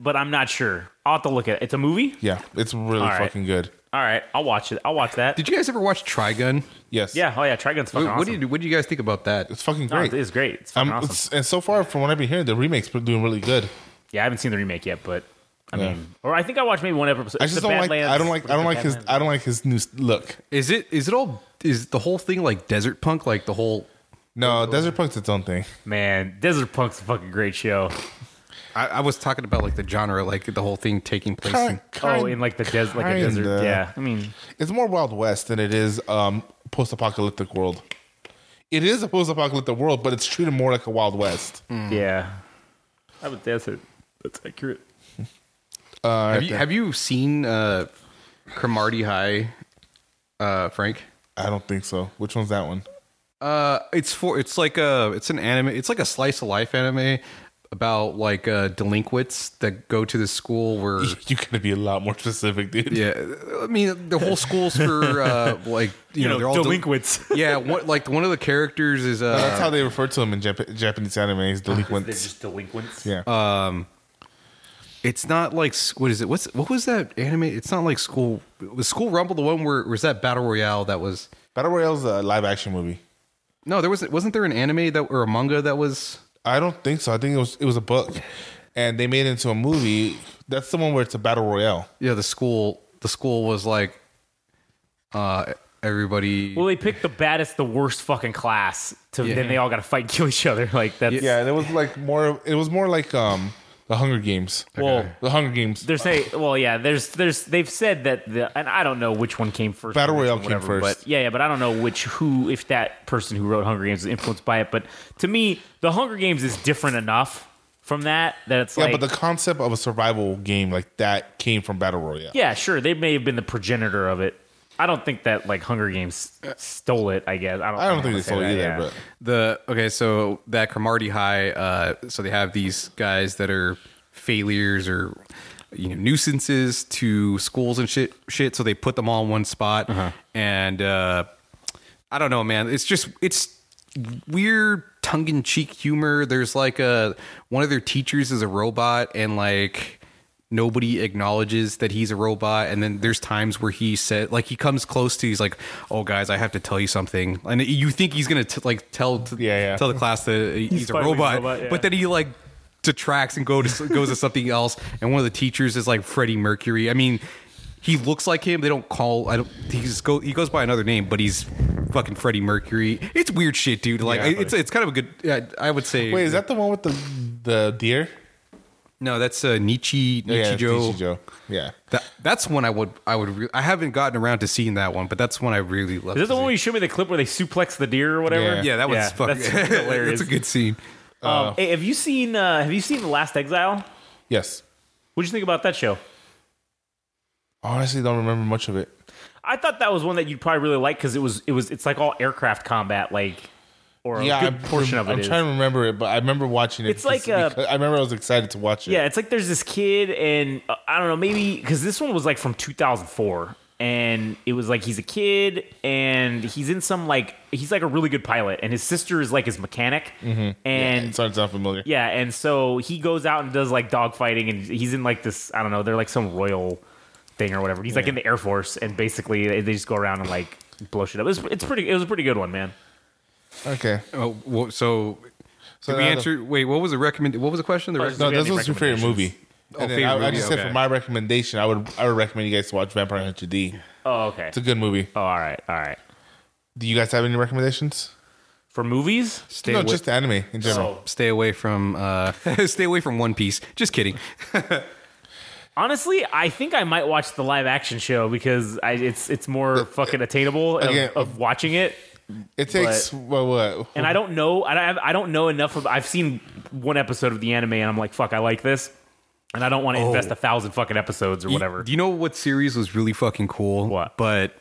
but I'm not sure. I'll have to look at it. It's a movie.
Yeah, it's really
right.
fucking good.
All right, I'll watch it. I'll watch that.
Did you guys ever watch Trigun?
Yes.
yeah. Oh yeah. Trigun's fucking
What,
awesome.
what did you, what did you guys think about that?
it's fucking
No,
great.
It's great. It's
um,
fucking awesome.
it's- and so far, from what I've been hearing, the remake's been doing really good.
yeah, I haven't seen the remake yet, but I
Yeah.
mean, or I think I watched maybe one episode.
I just don't like. I don't like. I don't like his. I don't like his new s- look.
Is it is it all is the whole thing like desert punk? Like the whole
No, Desert Punk's its own thing.
Man, Desert Punk's a fucking great show. Oh,
I, I was talking about like the genre, like the whole thing taking place. in-
oh, in like the des- like a desert.
kinda.
Yeah, I mean,
It's more Wild West than it is um, post-apocalyptic world. It is a post-apocalyptic world, but it's treated more like a Wild West.
yeah. I have a desert. That's accurate.
Uh,
have you have you seen uh, Cromarty High, uh, Frank?
I don't think so. Which one's that one?
Uh, it's for it's like a it's an anime. It's like a slice of life anime about like uh, delinquents that go to the school where
You gotta be a lot more specific, dude.
yeah. I mean, the whole school's for uh, like you, know, they're all del- yeah, what like one of the characters is uh,
That's how they refer to them in Jap- Japanese animes,
They're
delinquents.
just delinquents.
Yeah.
it's not like what is it? What's what was that anime? It's not like school. Was School Rumble the one where was that battle royale that was?
Battle Royale's a live action movie.
No, there was wasn't there an anime that or a manga that was?
I don't think so. I think it was it was a book, and they made it into a movie. That's the one where it's a battle royale.
Yeah, the school the school was like, uh, everybody.
Well, they picked the baddest, the worst fucking class. To
Yeah.
then they all got to fight, and kill each other. Like that's
Yeah, and it was like more. It was more like um the Hunger Games.
Well,
the Hunger Games.
They're saying, well, yeah. There's, there's. They've said that the, and I don't know which one came first.
Battle
or which
Royale
one,
came first.
But yeah, yeah. But I don't know which who, if that person who wrote Hunger Games was influenced by it. But to me, the Hunger Games is different enough from that that it's
yeah,
like,
but the concept of a survival game like that came from battle royale.
yeah, sure. They may have been the progenitor of it. I don't think that like Hunger Games stole it. I guess I don't.
I don't think
wanna
they
say
sold it
that,
either,
yeah.
but
the okay so that cromarty high uh so they have these guys that are failures or you know nuisances to schools and shit shit so they put them all in one spot and uh i don't know man it's just it's weird tongue-in-cheek humor there's like a one of their teachers is a robot and like nobody acknowledges that he's a robot and then there's times where he said like he comes close to he's like oh guys i have to tell you something and you think he's gonna t- like tell to,
Yeah, yeah.
tell the class that he's, a
finally a
robot,
robot, yeah.
but then he like detracts and go to, goes to something else and one of the teachers is like freddie mercury i mean he looks like him they don't call i don't he's go he goes by another name but he's fucking freddie mercury it's weird shit dude like
Yeah.
it's it's kind of a good yeah, i would say
wait, is that the one with the the deer?
no that's uh nietzsche
Yeah, it's
Nichijou.
Ichijo. Yeah.
That, that's one I would I would re- I haven't gotten around to seeing that one, but that's one I really love.
Is that
to
the one
see.
where you showed me the clip where they suplex the deer or whatever?
Yeah.
Yeah, that was fucking
that's hilarious.
that's a good scene.
um, hey, have you seen? Uh, have you seen The Last Exile?
Yes.
What'd you think about that show?
Honestly, don't remember much of it.
I thought that was one that you'd probably really like because it was it was it's like all aircraft combat like or
Yeah,
a good
I'm-
portion of it
I'm
is.
trying to remember it, but I remember watching it.
It's like
because-
a-
because- I remember I was excited to watch it.
yeah, it's like there's this kid and uh, I don't know maybe because this one was like from 2004 and it was like he's a kid and he's in some like he's like a really good pilot and his sister is like his mechanic
Mm-hmm.
and
it starts sound familiar.
Yeah, and so he goes out and does like dogfighting, and he's in like this I don't know, they're like some royal thing or whatever. He's like in the air force, and basically they they just go around and like blow shit up. It's, it's pretty. It was a pretty good one, man.
Okay.
Oh, well, so,
So
did we
now the-
answer? wait, what was the recommend? What was the question? The
Oh,
rec-
it's Do
No,
we have
this
any Oh,
was your favorite movie. And then I,
favorite
I
movie,
just said
okay.
for my recommendation, I would I would recommend you guys to watch Vampire Hunter D.
Oh, okay.
It's a good movie.
oh, all right, all right.
Do you guys have any recommendations?
For movies, Oh.
stay
no,
away,
just anime in general.
stay away from uh, stay away from One Piece. Just kidding.
honestly, I think I might watch the live action show because I, it's it's more fucking attainable of,
again-
of watching it.
it takes well, what?
and I don't know. I don't, I don't know enough of. I've seen one episode of the anime, and I'm like, fuck, I like this, and I don't want to invest a thousand fucking episodes or whatever.
Do you know what series was really fucking cool?
What?
But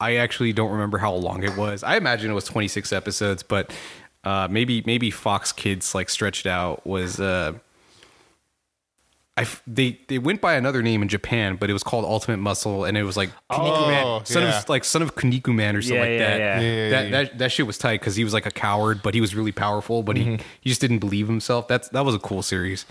I actually don't remember how long it was. I imagine it was 26 episodes, but uh, maybe maybe Fox Kids like stretched out was. Uh, I f- they they went by another name in Japan, but it was called Ultimate Muscle, and it was like Kinnikuman, son
yeah.
of like son of Kunikuman or something
Yeah,
like
yeah,
that.
yeah. Yeah,
yeah,
that,
yeah.
that that shit was tight because he was like a coward, but he was really powerful, but he,
Mm-hmm.
he just didn't believe himself. That's that was a cool series.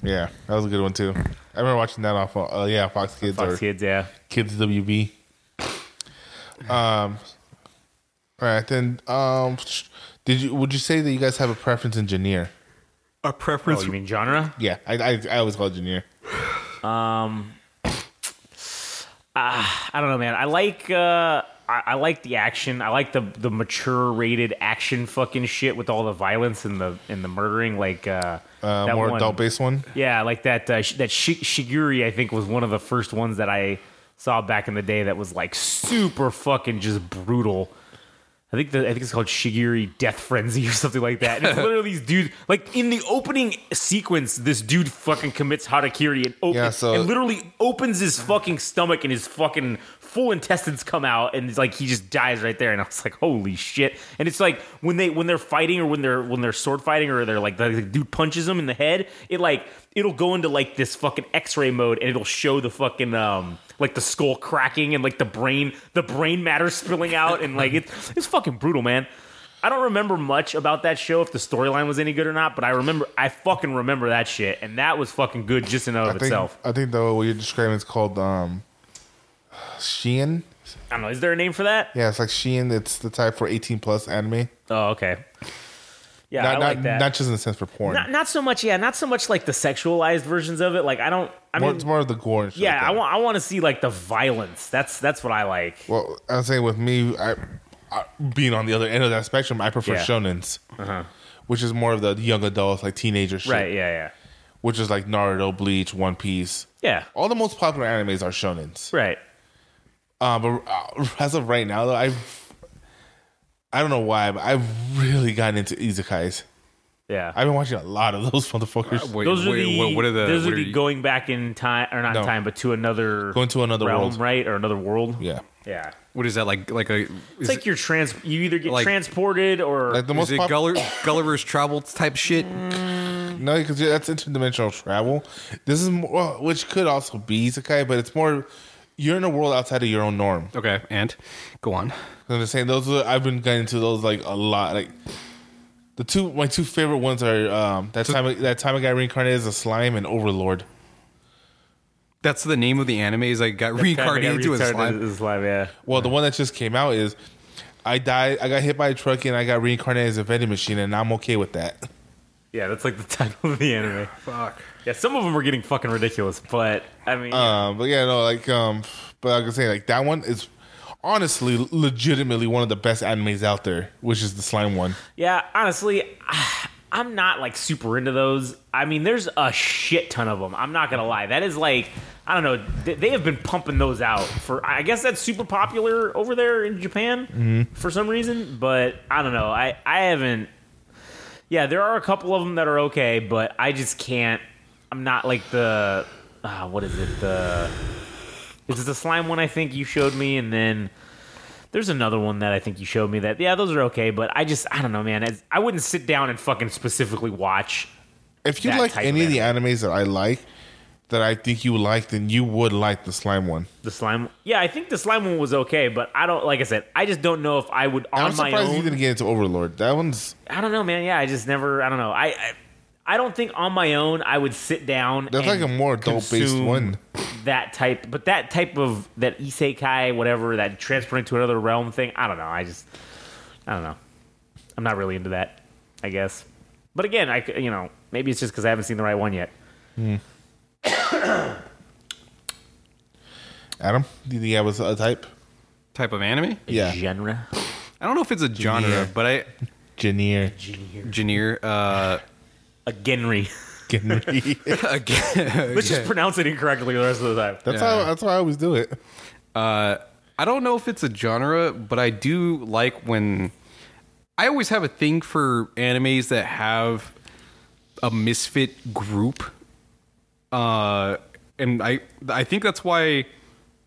Yeah, that was a good one too. I remember watching that off. Uh, yeah, Fox Kids
Fox
or
Kids, yeah.
Kids WB. Um. All right, then. Um, sh- did you? Would you say that you guys have a preference in Janier?
A
Oh,
preference
you mean genre?
Yeah, I I, I always call it Janier.
I don't know, man. I like. Uh, I, I like the action. I like the the mature rated action fucking shit with all the violence and the and the murdering. Like uh,
Uh,
that
more
one.
adult based one.
Yeah, like that. Uh, sh- that shi Shiguri, I think, was one of the first ones that I saw back in the day. That was like super fucking just brutal. I think the, I think it's called Shigiri Death Frenzy or something like that. And it's literally these dudes like in the opening sequence, this dude fucking commits harakiri and opens
Yeah, so-
and literally opens his fucking stomach and his fucking full intestines come out and it's like he just dies right there. And I was like, holy shit! And it's like when they when they're fighting or when they're when they're sword fighting or they're like the, the dude punches him in the head, it like it'll go into like this fucking X-ray mode and it'll show the fucking um like the skull cracking and like the brain the brain matter spilling out and like it's it's fucking brutal man i don't remember much about that show if the storyline was any good or not but i remember i fucking remember that shit and that was fucking good just in and
I
of
think
itself
I think though what you're describing is called um, Shein.
i don't know is there a name for that
Yeah, it's like Shein. It's the type for 18 plus anime.
oh okay yeah
Not
i
not,
like that
not just in the sense for porn.
not, not so much yeah not so much like the sexualized versions of it like i don't i
more,
mean
it's more of the gore. And shit
yeah
like
i
that.
want i want to see like the violence that's that's what i like
Well, I'm saying with me, I, I being on the other end of that spectrum, I prefer
Yeah. Uh-huh.
shonens, which is more of the young adults, like teenager shit,
right yeah yeah
which is like Naruto, Bleach, One Piece.
yeah
All the most popular animes are shonens.
right
Uh, but uh, as of right now, though, I've I don't know why, but I've really gotten into izakayas.
yeah
I've been watching a lot of those motherfuckers.
Uh, Wait,
Those are
wait,
the
what, what are the?
those
what
are
are
the
you-
going back in time or not
No.
time, but to another
Going to another
realm,
world.
right, or another world.
Yeah,
yeah.
what is that like? Like a?
It's
Is,
like you're trans. You either get
Like-
transported or
like the
is
most
it
pop-
Gulliver, Gulliver's Travel type shit?
No, because that's interdimensional travel. This is more, well, which could also be isekai, but it's more you're in a world outside of your own norm.
Okay, and go on.
I'm just saying those. Are, I've been getting into those like a lot. Like the two, my two favorite ones are um, that time that time I got reincarnated as a slime and Overlord.
That's the name of the anime. Is I got reincarnated into a slime.
Is slime, yeah.
Well, the one that just came out is I died. I got hit by a truck and I got reincarnated as a vending machine, and I'm okay with that.
Yeah, that's like the title of the anime.
Fuck.
Yeah, some of them are getting fucking ridiculous, but I mean,
Um, but yeah, no, like, um, but I can say like that one is honestly, legitimately one of the best animes out there, which is the slime one.
Yeah, honestly, I'm not like super into those. I mean, there's a shit ton of them. I'm not gonna lie. That is like, I don't know. They, they have been pumping those out for. I guess that's super popular over there in Japan for some reason. But I don't know. I I haven't. Yeah, there are a couple of them that are okay, but I just can't. I'm not like the. Uh, what is it? The is it the slime one? I think you showed me, and then there's another one that I think you showed me that yeah, those are okay, but I just I don't know, man. It's- I wouldn't sit down and fucking specifically watch.
If you
that
like
type
any
of
of the animes that I like, that I think you would like, then you would like the slime one.
The slime, yeah, I think the slime one was okay, but I don't like I said, I just don't know if I would on
I'm
my
surprised you
own.
didn't get into Overlord. That one's
I don't know, man. Yeah, I just never. I don't know. I, I I don't think on my own I would sit down. and
that's like a more adult based
consume
one.
That type, but that type of that isekai, whatever that transporting to another realm thing. I don't know. I just I don't know. I'm not really into that. I guess. But again, I c- you know maybe it's just because I haven't seen the right one yet.
Adam, do you think that was a type?
Type of anime?
Yeah,
genre.
I don't know if it's a genre,
Yeah.
but I
Janier.
Janir. Uh,
A genry.
Genry.
again,
Let's just pronounce it incorrectly the rest of the time.
That's
Yeah.
how that's how I always do it.
I don't know if it's a genre, but I do like when I always have a thing for animes that have a misfit group. Uh and I I think that's why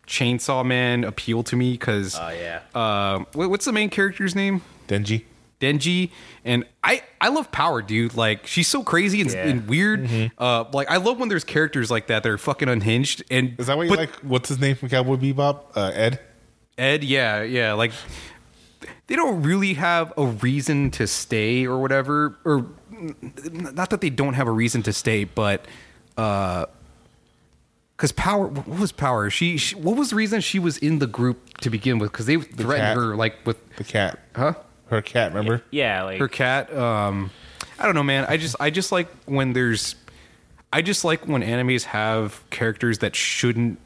Chainsaw Man appealed to me cuz
Oh yeah.
uh, what- what's the main character's name?
Denji.
Denji and I I love power dude like she's so crazy and,
Yeah.
and weird
Mm-hmm.
uh like I love when there's characters like that that are fucking unhinged and
Is that what you
but-
like? What's his name from Cowboy Bebop? Uh, Ed.
Ed, yeah, yeah, like they don't really have a reason to stay or whatever, or n- not that they don't have a reason to stay, but uh, because power, what was power? She, she, what was the reason she was in the group to begin with? Because they threatened
cat.
her, like with
The cat.
huh
Her cat. Remember?
Yeah, like
her cat. Um, I don't know, man. I just, I just like when there's, I just like when animes have characters that shouldn't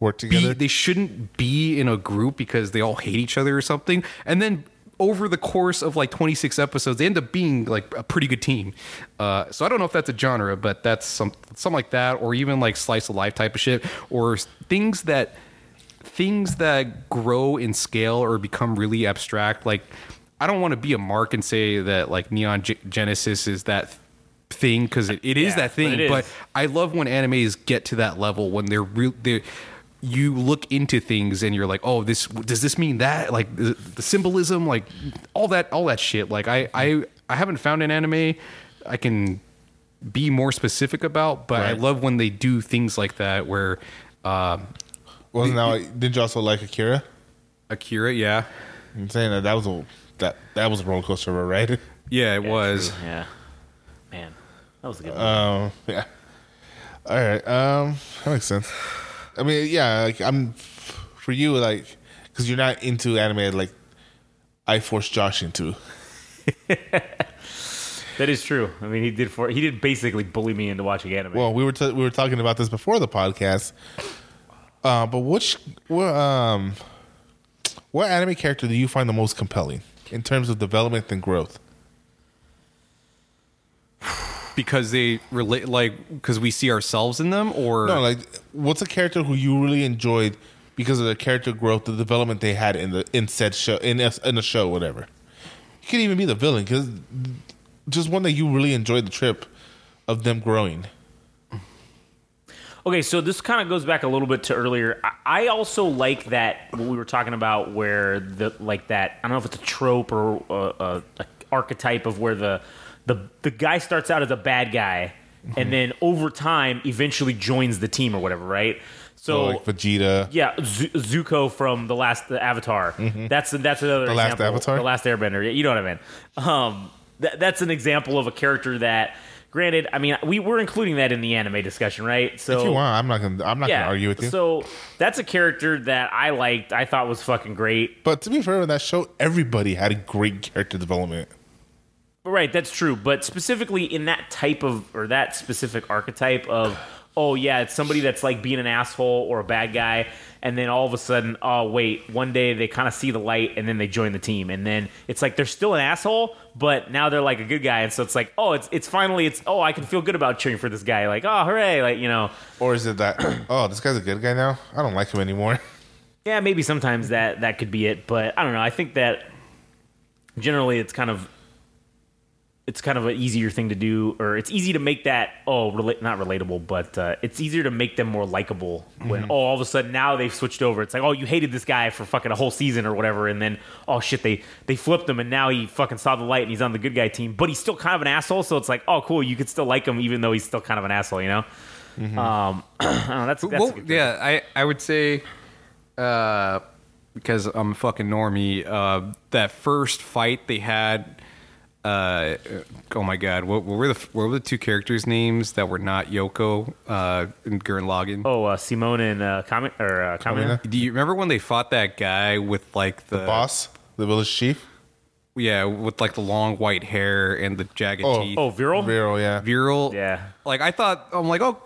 work together.
be- they shouldn't be in a group because they all hate each other or something. And then over the course of like 26 episodes, they end up being like a pretty good team. Uh, so I don't know if that's a genre, but that's some something like that, or even like slice of life type of shit, or s- things that things that grow in scale or become really abstract. Like I don't want to be a mark and say that like Neon Ge- Genesis is that thing because it, it is
Yeah,
that thing,
but it is.
but I love when animes get to that level when they're real. They, you look into things and you're like, oh, this does this mean that? Like the, the symbolism, like all that, all that shit. Like I, I, I haven't found an anime I can be more specific about, but I
Right.
love when they do things like that where um
well, now did you also like Akira?
Akira, yeah,
I'm saying that that was a that that was a roller coaster, ride, right?
yeah, it was.
Yeah. Man, that was a good one.
Um, yeah. All right. Um, that makes sense. I mean, yeah. Like, I'm for you, like, because you're not into anime. Like, I forced Josh into.
that is true. I mean, he did for he did basically bully me into watching anime.
Well, we were t- we were talking about this before the podcast. Uh, but which what um, what anime character do you find the most compelling in terms of development and growth?
because they relate, like because we see ourselves in them, or
No, like, what's a character who you really enjoyed because of the character growth, the development they had in the in said show, in a, in a show, whatever. You could even be the villain because just one that you really enjoyed the trip of them growing.
Okay, so this kind of goes back a little bit to earlier. I, I also like that what we were talking about, where the like that I don't know if it's a trope or a, a, a archetype of where the the the guy starts out as a bad guy,
Mm-hmm.
and then over time eventually joins the team or whatever, right? So.
So, Oh, like Vegeta,
yeah, Z- Zuko from the last the Avatar. That's that's another
Mm-hmm. The last
example.
Avatar?
the last Airbender. Yeah, you know what I mean. Um, that, that's an example of a character that, granted, I mean we we're including that in the anime discussion, right? So
if you want, I'm not gonna I'm not
yeah.
gonna argue with you.
So that's a character that I liked. I thought was fucking great.
but to be fair, in that show, everybody had a great character development.
But right, that's true. But specifically in that type of or that specific archetype of oh yeah, it's somebody that's like being an asshole or a bad guy, and then all of a sudden, oh wait, one day they kind of see the light and then they join the team, and then it's like they're still an asshole, but now they're like a good guy, and so it's like oh it's it's finally it's oh I can feel good about cheering for this guy, like oh hooray, like you know.
Or is it that oh, this guy's a good guy now? I don't like him anymore.
Yeah, maybe sometimes that that could be it, but I don't know. I think that generally it's kind of it's kind of an easier thing to do, or it's easy to make that oh rela- not relatable, but uh, it's easier to make them more likable when oh all of a sudden now they've switched over. It's like oh you hated this guy for fucking a whole season or whatever, and then oh shit they they flipped him and now he fucking saw the light and he's on the good guy team, but he's still kind of an asshole. So it's like oh cool you could still like him even though he's still kind of an asshole, you know. Um, I don't know, that's, that's a
well,
good
yeah, I, I would say, uh, because I'm a fucking normie, uh, that first fight they had, uh, oh my god, what, what were the what were the two characters' names that were not Yoko uh, and Gurren Lagann?
Oh, uh, Simone and uh, Kami- or uh, Kamina.
Do you remember when they fought that guy with like the,
Boss, the village chief.
Yeah, with like the long white hair and the jagged
Oh.
teeth.
Oh, Viral.
Viral, yeah.
Viral.
Yeah.
Like I thought I'm like, oh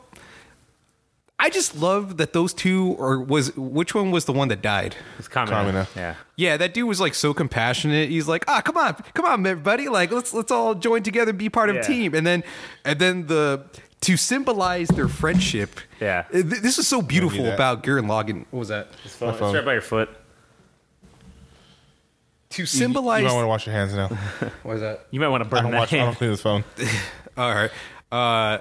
I just love that those two or was which one was the one that died?
It's Kamina.
Kamina.
Yeah.
Yeah, that dude was like so compassionate. He's like, ah, come on, come on, everybody, like let's let's all join together, be part of a
Yeah.
team, and then and then the to symbolize their friendship.
Yeah.
Uh, th- this is so beautiful
that.
about Gurren Lagann. What was that?
It's, fun.
phone.
it's right by your foot.
To
You
symbolize.
might want to wash your hands now.
What was that?
You might want to
I
burn
don't
that.
watch. I don't clean this phone.
All right. Uh,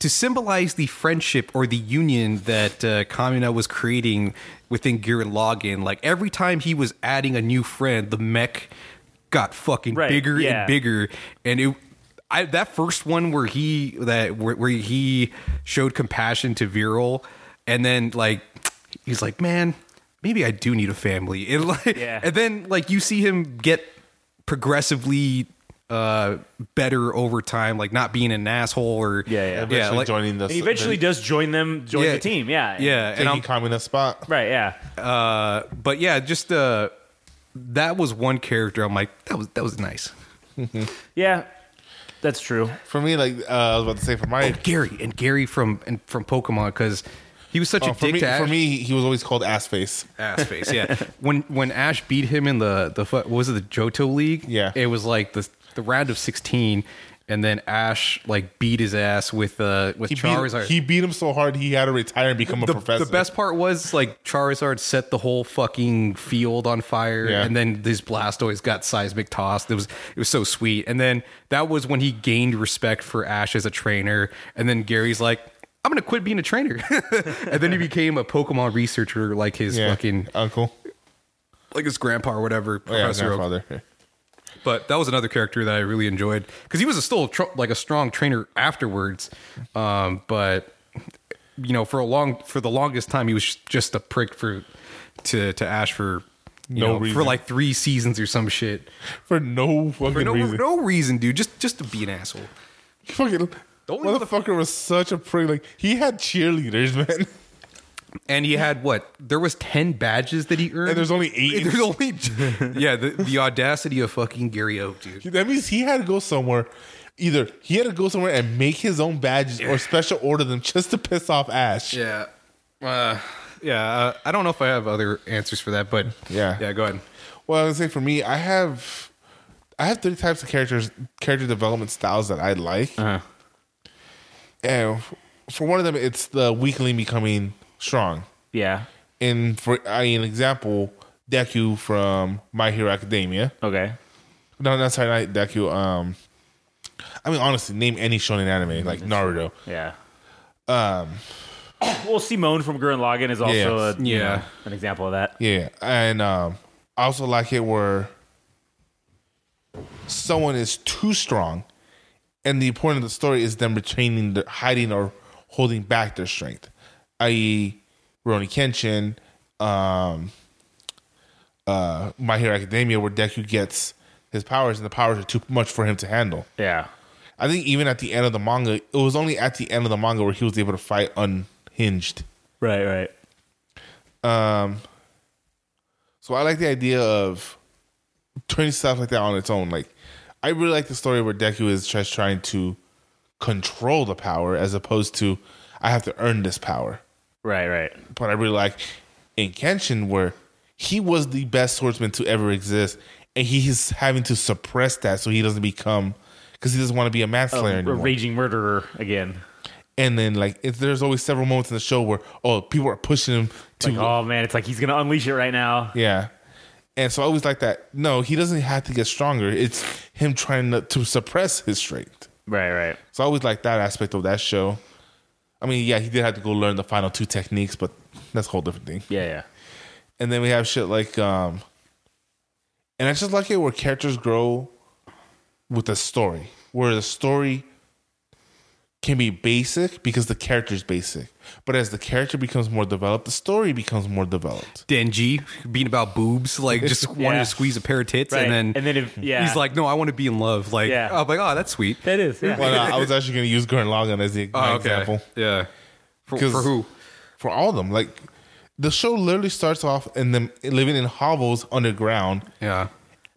to symbolize the friendship or the union that uh, Kamina was creating within Gurren Lagann, like every time he was adding a new friend, the mech got fucking
Right,
bigger
yeah.
and bigger, and it. I, that first one where he that where, where he showed compassion to Viral, and then like he's like, man, maybe I do need a family. And like,
Yeah.
and then like you see him get progressively uh better over time, like not being an asshole or
Yeah, yeah.
Eventually
like-
joining the.
And he eventually does join them, join the team. Yeah.
yeah. And
taking
I'm,
Kamina spot.
Right. Yeah.
uh, but yeah, just uh, that was one character. I'm like, that was that was nice.
Yeah. That's true.
For me, like uh, I was about to say, for my
Gary and Gary from and from Pokemon because He was such
Oh,
a
for,
dick
me,
to Ash.
for me, he was always called ass face.
ass face. Yeah. when when Ash beat him in the the fu- what was it the Johto League?
Yeah.
It was like the the round of sixteen, and then Ash like beat his ass with uh with
He
Charizard.
beat, he beat him so hard he had to retire and become
the,
a professor.
the best part was like Charizard set the whole fucking field on fire,
Yeah.
and then this Blastoise got seismic tossed. It was it was so sweet, and then that was when he gained respect for Ash as a trainer. And then Gary's like, "I'm gonna quit being a trainer," and then he became a Pokemon researcher, like his
yeah.
fucking
uncle,
like his grandpa or whatever,
oh, yeah,
Professor Oak.
grandfather. Yeah.
But that was another character that I really enjoyed because he was a still tr- like a strong trainer afterwards. Um, but you know, for a long for the longest time, he was just a prick for to to Ash for you
No
know
reason.
for like three seasons or some shit
For no fucking
for no
reason.
no reason, dude. Just just to be an asshole.
Fucking
Don't leave the-
motherfucker was such a prick. Like he had cheerleaders, man.
And he had what? There was ten badges that he earned.
And there's only eight.
There's only yeah. The, the audacity of fucking Gary Oak, dude.
That means he had to go somewhere. Either he had to go somewhere and make his own badges or special order them just to piss off Ash.
Yeah. Uh, yeah. Uh, I don't know if I have other answers for that, but
Yeah.
Yeah, go ahead.
Well, I was gonna say for me, I have, I have three types of characters, character development styles that I like.
Uh-huh.
And for one of them, it's the weakling becoming strong.
Yeah.
And for I an example, Deku from My Hero Academia.
Okay.
No, not sorry, not Deku. Um, I mean, honestly, name any shonen anime like Naruto.
Yeah. Um. Well, Simone from Gurren Lagann is also
Yeah.
a, you
Yeah.
know, an example of that.
Yeah, and um, I also like it where someone is too strong, and the point of the story is them retaining, the, hiding, or holding back their strength, i.e., Roni Kenshin, um, uh, My Hero Academia, where Deku gets his powers, and the powers are too much for him to handle.
Yeah.
I think even at the end of the manga, it was only at the end of the manga where he was able to fight unhinged.
Right. Right.
Um, So I like the idea of turning stuff like that on its own. Like I really like the story where Deku is just trying to control the power as opposed to I have to earn this power.
Right. Right.
But I really like in Kenshin where he was the best swordsman to ever exist and he's having to suppress that so he doesn't become because he doesn't want to be a manslayer
A
anymore.
raging murderer again.
and then like if there's always several moments in the show where oh people are pushing him to
Like, oh man, it's like he's gonna unleash it right now.
Yeah. And so I always like that. No, he doesn't have to get stronger. It's him trying to, to suppress his strength.
Right. Right.
So I always like that aspect of that show. I mean, yeah, he did have to go learn the final two techniques, but that's a whole different thing.
Yeah. Yeah.
And then we have shit like, um, and I just like it where characters grow with a story, where the story can be basic because the character's basic. But as the character becomes more developed, the story becomes more developed.
Denji being about boobs, like just wanting
Yeah.
to squeeze a pair of tits,
Right.
and then
And then if- yeah.
he's like, "No, I want to be in love." Like,
Yeah.
I'm like, "Oh, that's sweet."
That is. Yeah.
uh,
Well, no, I was actually going to use Gurren Lagann as the my
Oh, okay.
example
yeah. For,
'Cause-
for who?
for all of them. Like the show literally starts off in them living in hovels underground.
Yeah,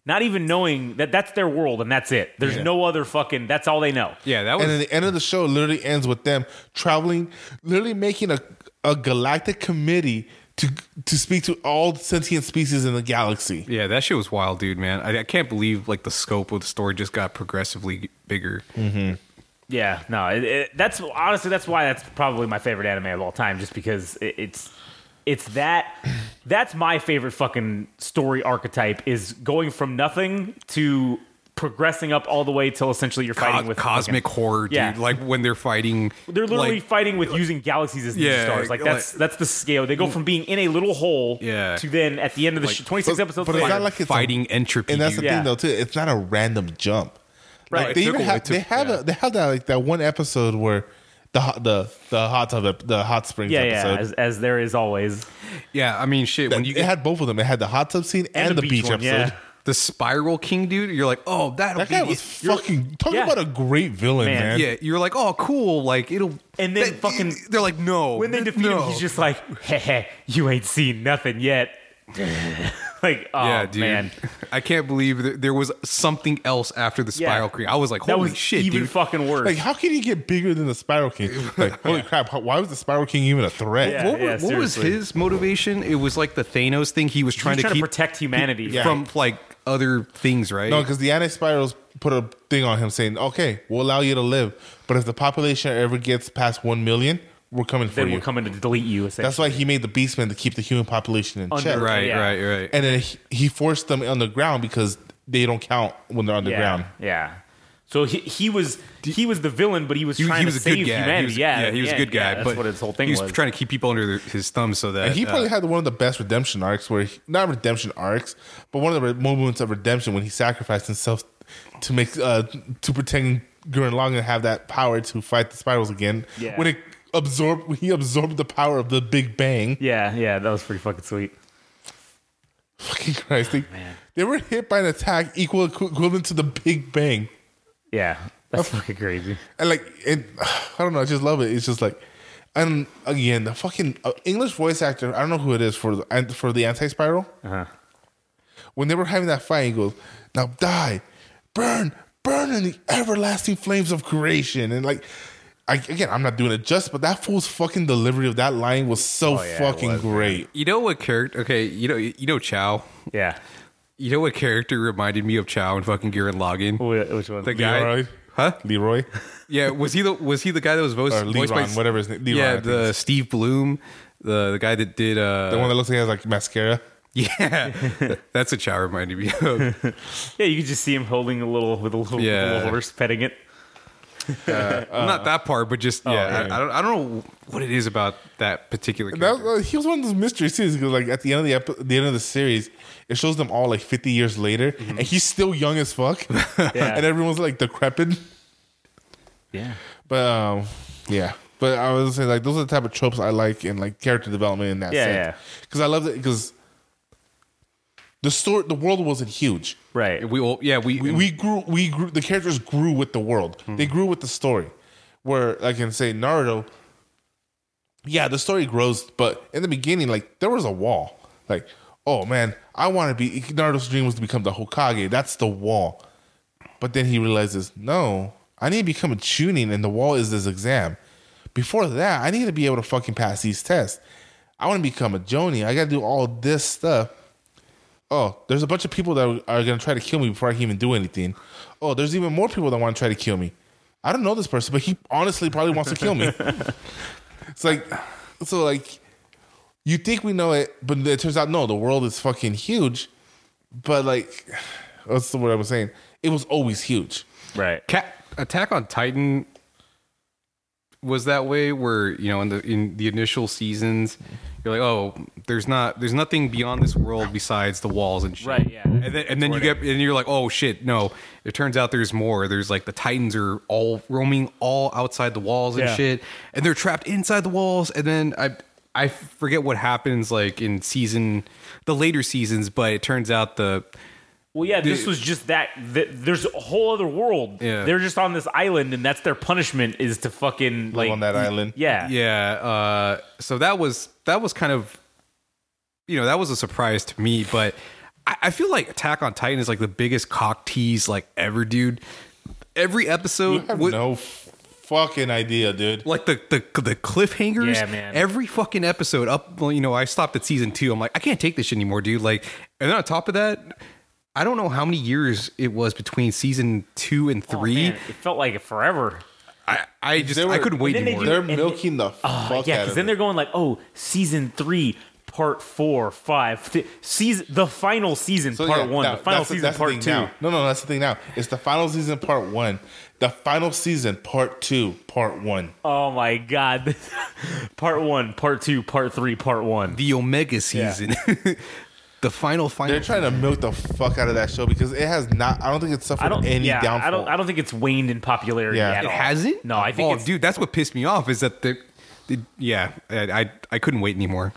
Not even knowing that that's their world and that's it. There's
Yeah.
no other fucking. That's all they know.
yeah. That was
And then the end of the show literally ends with them traveling, literally making a, a galactic committee to to speak to all sentient species in the galaxy.
yeah. That shit was wild, dude. Man, I, I can't believe like the scope of the story just got progressively bigger.
Yeah, no, it, it, that's honestly that's why that's probably my favorite anime of all time, just because it, it's it's that that's my favorite fucking story archetype is going from nothing to progressing up all the way till essentially you're fighting
Co-
with
cosmic
fucking-
horror, dude.
Yeah.
Like when they're fighting,
they're literally
like-
fighting with using galaxies as
Yeah,
ninja stars. Like that's
like-
that's the scale. They go from being in a little hole
Yeah.
to then at the end of the
Like-
sh- 26
But-
episodes
but it's
later,
not like it's a-
fighting entropy.
And that's the
dude.
Yeah.
thing though too. It's not a random jump.
Right.
Like,
It
they
took
even
a-
have
it took-
they have
yeah.
a, they have that like that one episode where the hot the the hot tub ep- the hot springs
yeah,
episode.
yeah, as, as there is always.
yeah. I mean, shit. When you
it
get
had both of them. It had the hot tub scene and, the, beach,
one,
episode.
yeah.
the spiral king, dude, you're like, "Oh, that'll
That
be
guy
the-
was fucking talking
yeah.
about a great villain,
Man,
man.
Yeah, you're like, oh, cool. Like it'll,
And then fucking-
They're like, no.
when they defeat
no.
him, he's just like, "Heh heh, you ain't seen nothing yet." like, oh
yeah, dude.
man,
I can't believe that there was something else after the
Yeah.
Spiral Creek. I was like,
that
holy
was
shit,
even
dude.
fucking worse.
Like, how can you get bigger than the Spiral King? Like, holy crap! How, why was the Spiral King even a threat?
Yeah.
what, were- what was
seriously.
his motivation? It was like the Thanos thing. He was trying
He's
to
trying to
keep
protect humanity.
Yeah.
from like other things, right?
No, because the anti-spirals put a thing on him saying, "Okay, we'll allow you to live, but if the population ever gets past one million, we're coming for
Then
you."
we're coming to delete you.
That's why he made the Beastmen to keep the human population in
Under-
check,
right,
Yeah.
right, right.
and then he, he forced them underground because they don't count when they're
yeah,
underground.
Yeah. So he, he was he was the villain, but he was
he,
trying
he was
to
a
save
good guy.
humanity.
He was,
yeah,
he was a
yeah,
good guy.
yeah, that's
but
what his whole thing
he was,
was.
trying to keep people under their, his thumb so that
And he
uh,
probably had one of the best redemption arcs, where he, not redemption arcs, but one of the re- moments of redemption when he sacrificed himself to make uh, to pretend Gurren Lagann have that power to fight the spirals again.
Yeah.
When it absorbed, when he absorbed the power of the Big Bang.
yeah, yeah, that was pretty fucking sweet.
Fucking Christ! They, they were hit by an attack equal equivalent to the Big Bang,
Yeah, that's fucking crazy.
and like, it, I don't know, I just love it. It's just like, and again, the fucking uh, English voice actor. I don't know who it is for the and for the anti spiral.
Uh-huh.
When they were having that fight, he goes, "Now die, burn, burn in the everlasting flames of creation," and like. I, again, I'm not doing it just, but that fool's fucking delivery of that line was so
Oh, yeah, it
fucking
was, man.
great.
you know what character? Okay, you know you know Chow.
Yeah.
You know what character reminded me of Chow and fucking Gurren Logan?
Wh- Which one?
The guy,
Leroy,
huh?
Leroy,
Yeah, was he the was he the guy that was voiced,
or
voiced by
Leron, whatever his name. Leron, I
yeah,
think
the Steve Bloom, the the guy that did uh,
The one that looks like he has like mascara.
yeah, that's what Chow reminded me of.
Yeah, you could just see him holding a little with a little, with a
Yeah.
little horse petting it.
Not that part, but just yeah,
yeah.
I, I don't I don't know what it is about that particular.
And that
Character.
was, uh, he was one of those mystery series because like at the end of the ep- the end of the series, it shows them all like fifty years later,
Mm-hmm.
and he's still young as fuck, and everyone's like decrepit.
Yeah.
But um, yeah. But I was saying like those are the type of tropes I like in like character development in that
Yeah,
sense. Because I love it because the story, the world wasn't huge.
Right.
we all yeah we
we, we grew we grew the characters grew with the world they grew with the story where i can say naruto yeah the story grows but in the beginning like there was a wall like oh man i want to be naruto's dream was to become the hokage that's the wall but then he realizes no i need to become a tuning and the wall is this exam before that i need to be able to fucking pass these tests i want to become a joni i gotta do all this stuff oh, there's a bunch of people that are going to try to kill me before I can even do anything. Oh, there's even more people that want to try to kill me. I don't know this person, but he honestly probably wants to kill me. it's like, so like, you think we know it, but it turns out no, the world is fucking huge. But like, that's what I was saying. It was always huge.
right.
Ca Attack on Titan was that way where you know in the in the initial seasons you're like oh there's not there's nothing beyond this world besides the walls and shit
Right, yeah.
and then, and then you get and you're like oh shit no it turns out there's more there's like the titans are all roaming all outside the walls and
Yeah.
shit and they're trapped inside the walls and then I I forget what happens like in season the later seasons but it turns out the
Well, yeah, this was just that. Th- there's a whole other world.
Yeah.
They're just on this island, and that's their punishment is to fucking like
on that uh, island.
Yeah,
yeah uh so that was that was kind of you know that was a surprise to me but i, I feel like attack on titan is like the biggest cock tease like ever dude every
You
episode
have
with-
no f- fucking idea, dude.
like the, the the cliffhangers
Yeah, man.
every fucking episode up well you know i stopped at season two i'm like i can't take this shit anymore dude like and then on top of that i don't know how many years it was between season two and
Oh,
three.
man, it felt like it forever.
i i just
They
i
were-
couldn't wait
And then they
anymore
do-
They're
and-
milking the
Oh,
fuck
yeah,
out
because
of
then
it.
they're going like, oh, season three, part four, five, th- season, the final season,
So,
part
yeah,
one,
now-
the final
that's
season,
that's the
part
thing
two.
Now. No, no, that's the thing now. It's the final season, part one. The final season, part two, part one.
Oh my god, part one, part two, part three, part one.
the omega season the final final
They're trying to milk the fuck out of that show because it has not. I don't think it's suffered
I don't.
any
yeah,
downfall.
I don't. I don't think it's waned in popularity.
Yeah.
at
It
all.
It hasn't?
No, I think
Oh,
it's
dude, that's what pissed me off is that the, the- yeah, I, I I couldn't wait anymore.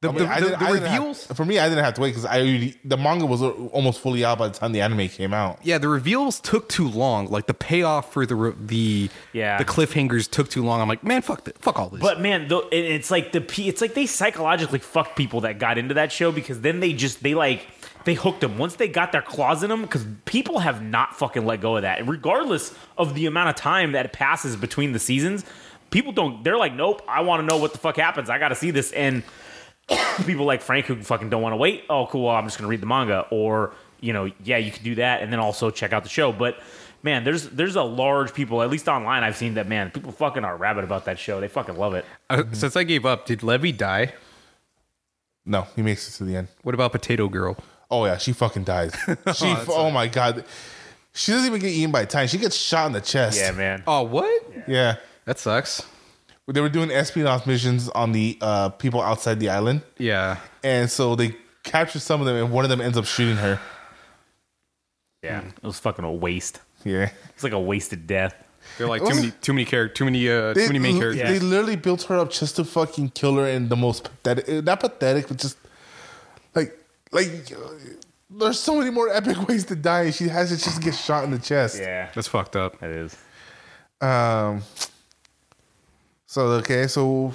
The,
I mean, I
the, the,
didn't-
the
I didn't have-
reveals,
for me, I didn't have to wait because I already, the manga was almost fully out by the time the anime came out.
yeah, the reveals took too long. Like the payoff for the re- the
Yeah.
the cliffhangers took too long. I'm like, man, fuck the, fuck all this.
But man, though, it- it's like the p- it's like they psychologically fucked people that got into that show because then they just they like They hooked him once they got their claws in him because people have not fucking let go of that. And regardless of the amount of time that passes between the seasons, people don't. They're like, nope. I want to know what the fuck happens. I got to see this. And people like Frank who fucking don't want to wait. Oh, cool. Well, I'm just gonna read the manga, or you know, yeah, you could do that, and then also check out the show. But man, there's there's a large people, at least online, I've seen that man. People fucking are rabid about that show. They fucking love it.
Uh, since I gave up, did Levy die?
No, he makes it to the end.
What about Potato Girl?
Oh yeah, she fucking dies. She oh, my god. She doesn't even get eaten by a titan. She gets shot in the chest.
Yeah, man.
Oh, what?
Yeah.
That sucks.
They were doing espionage missions on the uh, people outside the island.
Yeah.
And so they capture some of them and one of them ends up shooting her.
Yeah, it was fucking a waste.
Yeah.
It's like a wasted death.
They're like too many, too many characters, too many, uh, too many main characters.
They literally built her up just to fucking kill her in the most pathetic, eh, not pathetic, but just like, like uh, there's so many more epic ways to die. and She has to just get shot in the chest.
Yeah,
That's fucked up.
it is.
Um. So okay, so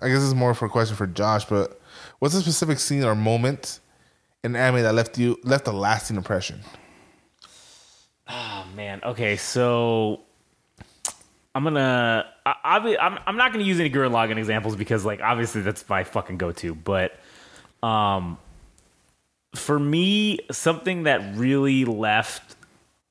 I guess it's more for a question for Josh, but what's a specific scene or moment in anime that left you left a lasting impression?
Oh man. Okay, so I'm gonna. I, obvi- I'm I'm not gonna use any Gurren Lagann examples because like obviously that's my fucking go-to. But um, for me, something that really left.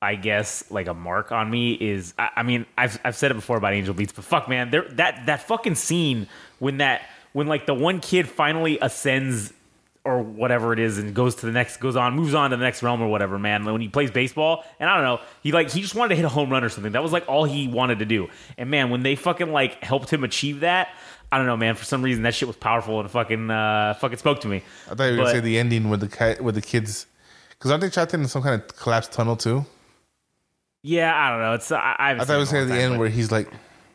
I guess like a mark on me is I, I mean I've I've said it before about Angel Beats but fuck man there that that fucking scene when that when like the one kid finally ascends or whatever it is and goes to the next goes on moves on to the next realm or whatever man Like, when he plays baseball and i don't know he like he just wanted to hit a home run or something that was like all he wanted to do and man when they fucking like helped him achieve that i don't know man for some reason that shit was powerful and fucking uh fucking spoke to me
I thought you were gonna
But-
say the ending with the ki- with the kids, because aren't they trapped in some kind of collapsed tunnel too?
yeah i don't know it's i, I,
I thought it was at the end where he's like,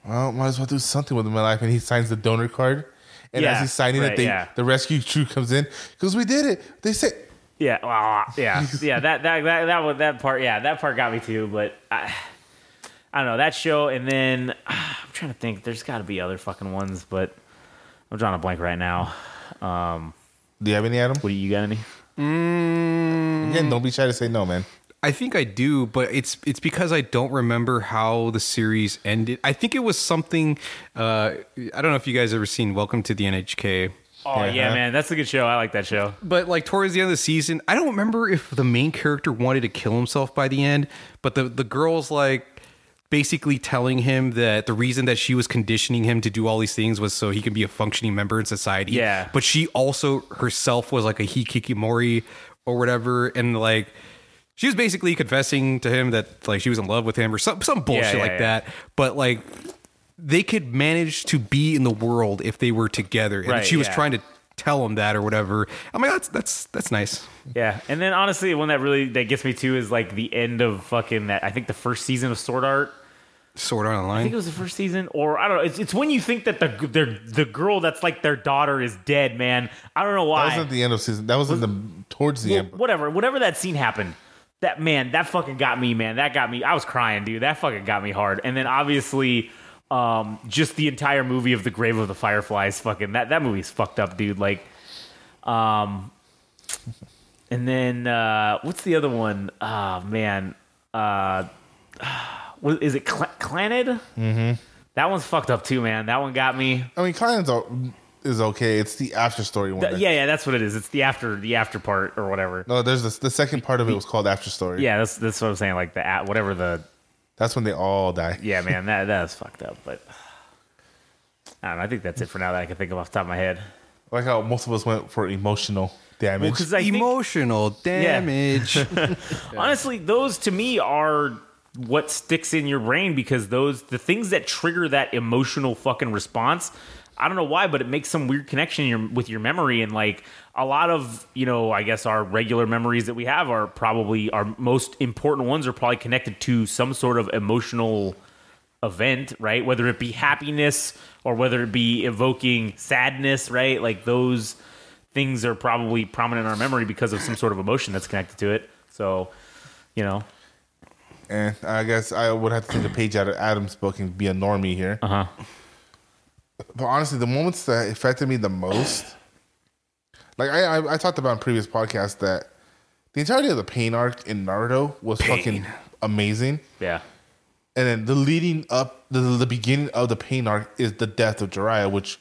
"Well, might as well do something with my life," and he signs the donor card. And
Yeah,
as he's signing
right,
it, they,
yeah.
the rescue crew comes in because we did it. They said,
Yeah, well, yeah, yeah. That that that that one, that part, yeah, that part got me too. But I, I don't know that show. And then I'm trying to think. There's got to be other fucking ones, but I'm drawing a blank right now. Um,
"Do you have any, Adam?"
what do you got? Any? Mm.
Again, don't be shy to say no, man.
I think I do, but it's it's because I don't remember how the series ended. I think it was something. Uh, I don't know if you guys ever seen Welcome to the NHK,
Oh yeah, man, that's a good show. I like that show.
but like towards the end of the season, I don't remember if the main character wanted to kill himself by the end, but the the girl's like basically telling him that the reason that she was conditioning him to do all these things was so he could be a functioning member in society.
Yeah.
But she also herself was like a hikikimori or whatever and like she was basically confessing to him that like she was in love with him or some some bullshit
yeah,
like
yeah.
that. But like they could manage to be in the world if they were together. And
Right,
she was
yeah.
trying to tell him that or whatever. I'm like, that's that's that's nice.
Yeah, and then honestly, one that really that gets me too is like the end of fucking that. I think the first season of Sword Art.
Sword Art
I think it
Online.
was the first season, or I don't know. It's, it's when you think that the their, the girl that's like their daughter is dead, man. I don't know why.
That wasn't the end of season. That was in the towards the end.
whatever, whatever that scene happened. That man, that fucking got me, man. That got me. I was crying, dude. That fucking got me hard. And then obviously, um, just the entire movie of the Grave of the Fireflies, fucking that that movie's fucked up, dude. Like, um, and then uh, what's the other one? Oh man, uh, what is it? Cl- Clannad? Mm-hmm. That one's fucked up too, man. That one got me.
I mean, Klein's o- is okay. It's the after story one. that-
Yeah, yeah, that's what it is. It's the after the after part or whatever.
No, there's this, the second part of it was called after story.
Yeah, that's that's what I'm saying. Like the at whatever the
That's when they all die.
yeah, man, that that is fucked up. But I don't know. I think that's it for now that I can think of off the top of my head.
Like how most of us went for emotional damage.
Because I think-
Emotional damage.
honestly, those to me are what sticks in your brain because those the things that trigger that emotional fucking response. I don't know why, but it makes some weird connection in your, with your memory, and like a lot of you know, I guess our regular memories that we have are probably our most important ones are probably connected to some sort of emotional event, right? Whether it be happiness or whether it be evoking sadness, right? Like those things are probably prominent in our memory because of some sort of emotion that's connected to it. So, you know,
and I guess I would have to take a page out of Adam's book and be a normie here.
uh huh.
But honestly, the moments that affected me the most, like I, I, I talked about in previous podcasts, that the entirety of the pain arc in Naruto was fucking amazing.
Yeah.
And then the leading up, the, the beginning of the pain arc is the death of Jiraiya, which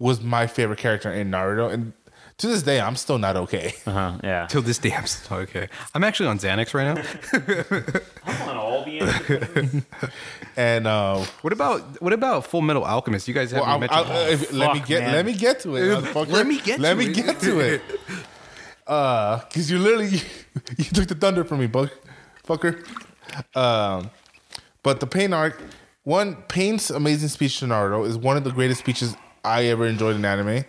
was my favorite character in Naruto. And to this day, I'm still not okay.
Uh-huh. Yeah.
Till this day, I'm still okay. I'm actually on Xanax right now.
on all the
And uh,
What about what about Full Metal Alchemist? You guys
well,
haven't
I,
mentioned.
I- if- let me
fuck,
get
man.
let me get to it. motherfucker.
let me get
let
to
me
it.
get to it. Uh, because you literally you took the thunder from me, bug, fucker. Um, but the Pain arc, one Pain's amazing speech to Naruto is one of the greatest speeches I ever enjoyed in anime.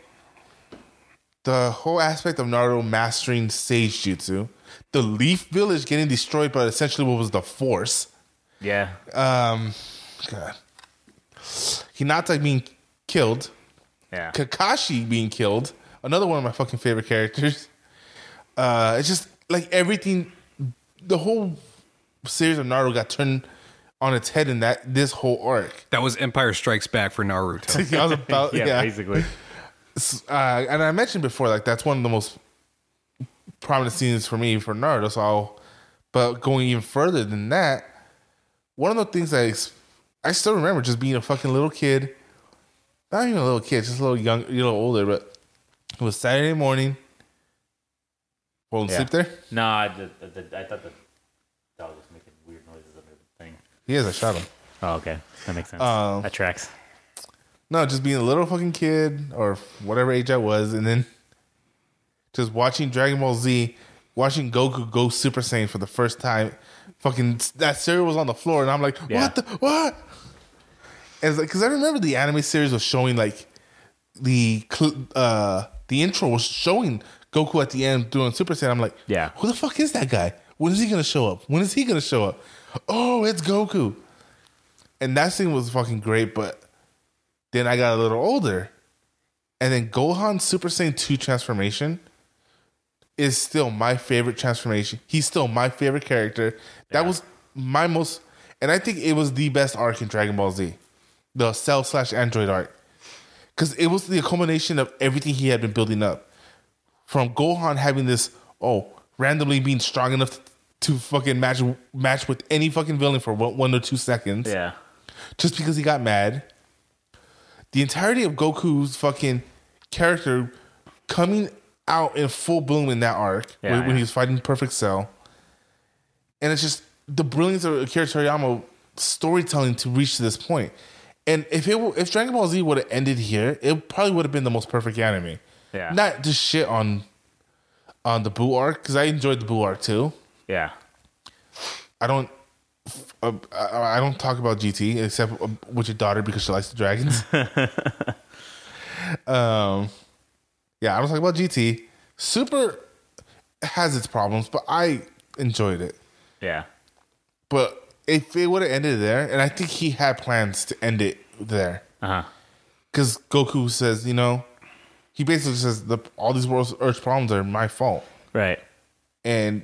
The whole aspect of Naruto mastering Sage Jutsu, the Leaf Village getting destroyed by essentially what was the Force.
yeah.
Um, God, Hinata being killed.
Yeah.
Kakashi being killed, another one of my fucking favorite characters. Uh, it's just like everything, the whole series of Naruto got turned on its head in that this whole arc.
that was Empire Strikes Back for Naruto.
I was about,
Yeah,
yeah,
basically.
S- Uh, and I mentioned before, like that's one of the most prominent scenes for me for Naruto. So, I'll, but going even further than that, one of the things I ex- I still remember just being a fucking little kid, not even a little kid, just a little young, a little older, but it was Saturday morning. Falling asleep there.
No, I, the, the, I thought the dog was making weird noises under the thing.
He is. I shot him.
Oh, okay. That makes sense.
Um,
that tracks.
No, just being a little fucking kid or whatever age I was, and then just watching Dragon Ball Z, watching Goku go Super Saiyan for the first time. Fucking that cereal was on the floor, and I'm like,
Yeah.
what the what? Because like 'cause I remember the anime series was showing like the cl- uh the intro was showing Goku at the end doing Super Saiyan. I'm like,
Yeah.
who the fuck is that guy? When is he gonna show up? When is he gonna show up? Oh, it's Goku. And that scene was fucking great, but then I got a little older. And then Gohan Super Saiyan 2 transformation is still my favorite transformation. He's still my favorite character. That was my most, and I think it was the best arc in Dragon Ball Z, the Cell slash Android arc, because it was the culmination of everything he had been building up, from Gohan having this oh randomly being strong enough to, to fucking match match with any fucking villain for one, one or two seconds
Yeah.
just because he got mad. The entirety of Goku's fucking character coming out in full bloom in that arc
Yeah,
when, when
yeah.
he was fighting Perfect Cell. And it's just the brilliance of Akira Toriyama storytelling to reach to this point. And if it w- if Dragon Ball Z would have ended here, it probably would have been the most perfect anime.
Yeah.
Not just shit on on the Boo arc because I enjoyed the Boo arc too.
Yeah.
I don't. Uh, I I don't talk about GT except um, with your daughter because she likes the dragons. um, yeah, I don't talk about GT. Super has its problems, but I enjoyed it.
Yeah.
But if it would have ended there, and I think he had plans to end it there,
Uh huh.
because Goku says, you know, he basically says the, all these world's Earth's problems are my fault,
Right.
and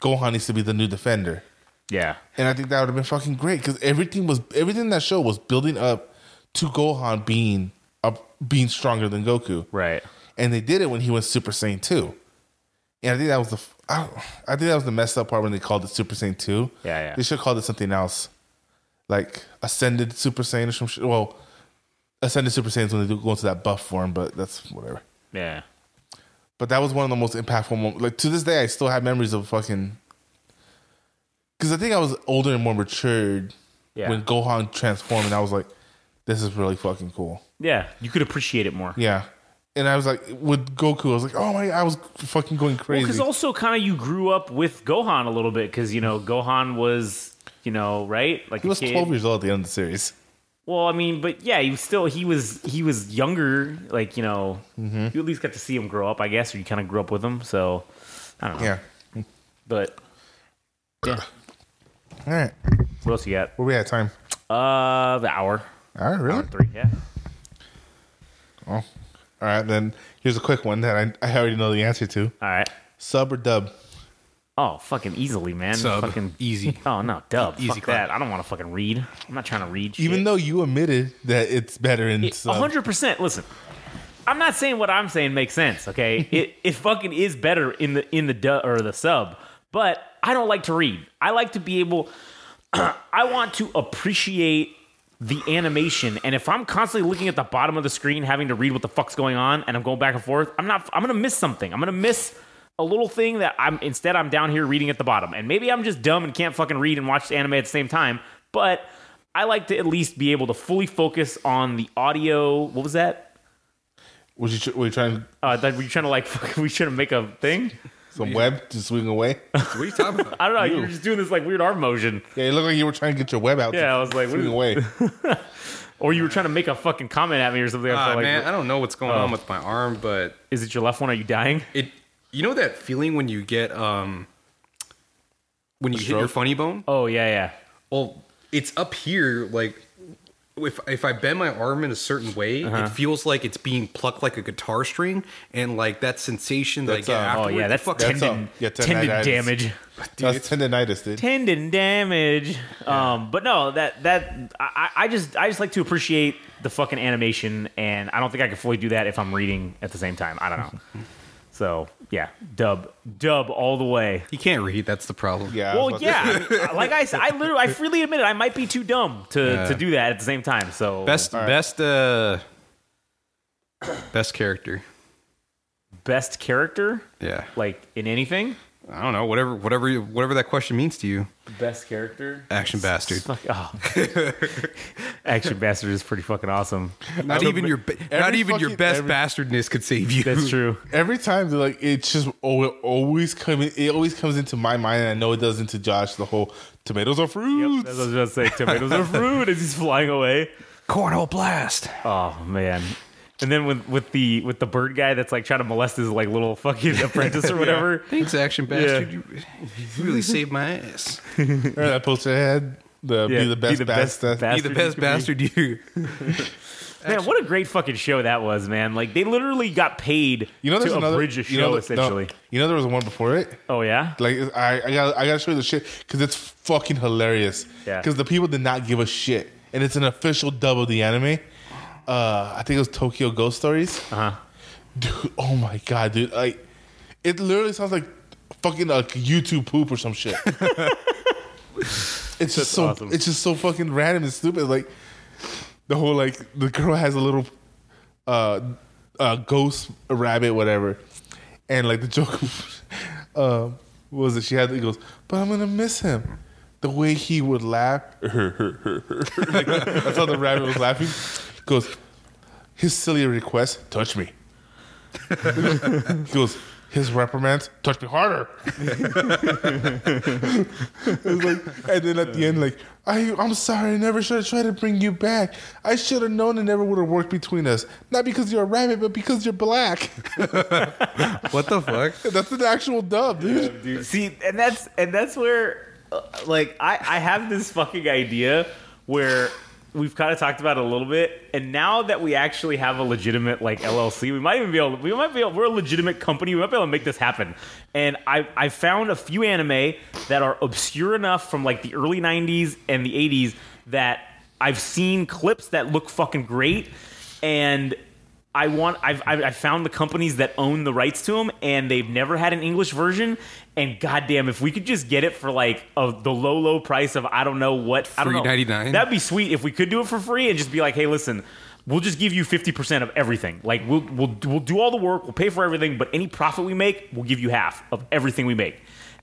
Gohan needs to be the new defender.
Yeah.
And I think that would have been fucking great because everything was everything in that show was building up to Gohan being up being stronger than Goku,
Right.
and they did it when he was Super Saiyan two. And I think that was the f- I, don't, I think that was the messed up part when they called it Super Saiyan two.
Yeah, yeah.
They should have called it something else, like Ascended Super Saiyan or some shit. Well, Ascended Super Saiyans when they do go into that buff form, but that's whatever.
Yeah.
But that was one of the most impactful moments. Like to this day, I still have memories of fucking. Because I think I was older and more matured
Yeah.
when Gohan transformed, and I was like, "This is really fucking cool."
Yeah. You could appreciate it more.
Yeah, and I was like, with Goku, I was like, "Oh my!" I was fucking going
Because
crazy.
also, kind of, you grew up with Gohan a little bit because you know Gohan was, you know, right, like
he was
a kid.
twelve years old at the end of the series.
Well, I mean, but yeah, he was still he was he was younger. Like you know,
Mm-hmm.
you at least got to see him grow up, I guess, or you kind of grew up with him. So I don't know.
Yeah.
But yeah,
All right,
what else you got?
where we at time?
Uh, the hour
All right, really?
three. Yeah.
All right, then here's a quick one that I, I already know the answer to:
All right.
sub or dub.
Oh, fucking easily, man.
Sub.
Fucking
Easy.
Oh no, dub.
Easy
Fuck
clap.
that. I don't want to fucking read. I'm not trying to read.
Even though you admitted that it's better in
though
sub.
hundred percent. Listen, I'm not saying what I'm saying makes sense. Okay, it it fucking is better in the in the du- or the sub, but I don't like to read. I like to be able. I want to appreciate the animation, and if I'm constantly looking at the bottom of the screen, having to read what the fuck's going on, and I'm going back and forth, I'm not. I'm gonna miss something. I'm gonna miss a little thing that I'm instead I'm down here reading at the bottom, and maybe I'm just dumb and can't fucking read and watch the anime at the same time, but. I like to at least be able to fully focus on the audio. What was that?
Was you, tr- were you trying
Uh, that we trying to like fucking- we trying to make a thing.
some web to swing away?
What are you talking about?
I don't know. You were just doing this like weird arm motion,
Yeah, it looked like you were trying to get your web out. to
Yeah, I was like, what
swing
is-
away.
or you were trying to make a fucking comment at me or something. I
Ah,
felt like, Oh.
man, I don't know what's going on with my arm, but
is it your left one? Are you dying?
it. You know that feeling when you get um when you hit your
stroke?
funny bone?
Oh yeah, yeah.
Well, it's up here. Like if if I bend my arm in a certain way, it feels like it's being plucked like a guitar string, and like that sensation that
That's,
I get
uh,
Oh
afterwards.
yeah, that's
fuck,
That's
tendon,
all. Yeah,
tendon
tendinitis.
damage.
That's tendonitis, dude.
Tendon damage. Um, but no, that that I, I I just I just like to appreciate the fucking animation, and I don't think I can fully do that if I'm reading at the same time. I don't know. so yeah, dub dub all the way.
you can't read. That's the problem.
yeah. I
Well,
was about to-
yeah. I mean, like I said, I literally, I freely admit it. I might be too dumb to,
Yeah.
to do that at the same time. So
Best best uh best character.
best character,
Yeah.
like in anything.
I don't know. Whatever whatever you- whatever that question means to you.
Best character.
Action bastard.
Fuck, oh. Action bastard is pretty fucking awesome.
Not even your be- not
every
even your
fucking-
best
every-
bastardness could save you.
That's true.
Every time, they're like it's just al- always coming. It always comes into my mind, and I know it does into Josh. The whole tomatoes are fruits.
That's what I was about to say. Tomatoes are fruit as he's flying away.
Cornhole blast.
Oh man. And then with, with the with the bird guy that's like trying to molest his like little fucking apprentice or whatever.
Thanks, action bastard. You you really saved my ass.
Remember that poster I had? The
Yeah,
be the best, best,
Be the
you
best
could be.
bastard you.
Man, what a great fucking show that was, man! Like they literally got paid
You know, there's
to
another
abridge a show
you know, no,
essentially.
you know, there was one before it.
Oh yeah,
Like I, I got, I got to show you the shit because it's fucking hilarious.
Yeah.
Because the people did not give a shit, and it's an official dub of the anime. Uh, I think it was Tokyo Ghost Stories. Uh huh. Dude, oh my god, dude! Like, it literally sounds like fucking like YouTube poop or some shit. it's just so,
awesome.
it's just so fucking random and stupid. Like, the whole like the girl has a little uh, uh, ghost rabbit, whatever. And like the joke uh, was that she had, he goes, but I'm gonna miss him. The way he would laugh, like, that's how the rabbit was laughing. He goes, his silly request, touch me. he goes, his reprimand, touch me harder. It's like- and then at the end, like, I, I'm sorry, I never should have tried to bring you back. I should have known it never would have worked between us. Not because you're a rabbit, but because you're black.
What the fuck?
That's an actual dub, dude.
See, and that's and that's where, uh, like, I I have this fucking idea where we've kind of talked about it a little bit, and now that we actually have a legitimate like LLC, we might even be able we might be able, we're a legitimate company, we might be able to make this happen. And I I found a few anime that are obscure enough from like the early '90s and the '80s that I've seen clips that look fucking great, and I want. I've I've I've found the companies that own the rights to them, and they've never had an English version. And goddamn, if we could just get it for like a, the low low price of I don't know what I don't know.
$3.99?
That'd be sweet if we could do it for free and just be like, hey, listen. We'll just give you fifty percent of everything. Like we'll we'll we'll do all the work, we'll pay for everything, but any profit we make, we'll give you half of everything we make,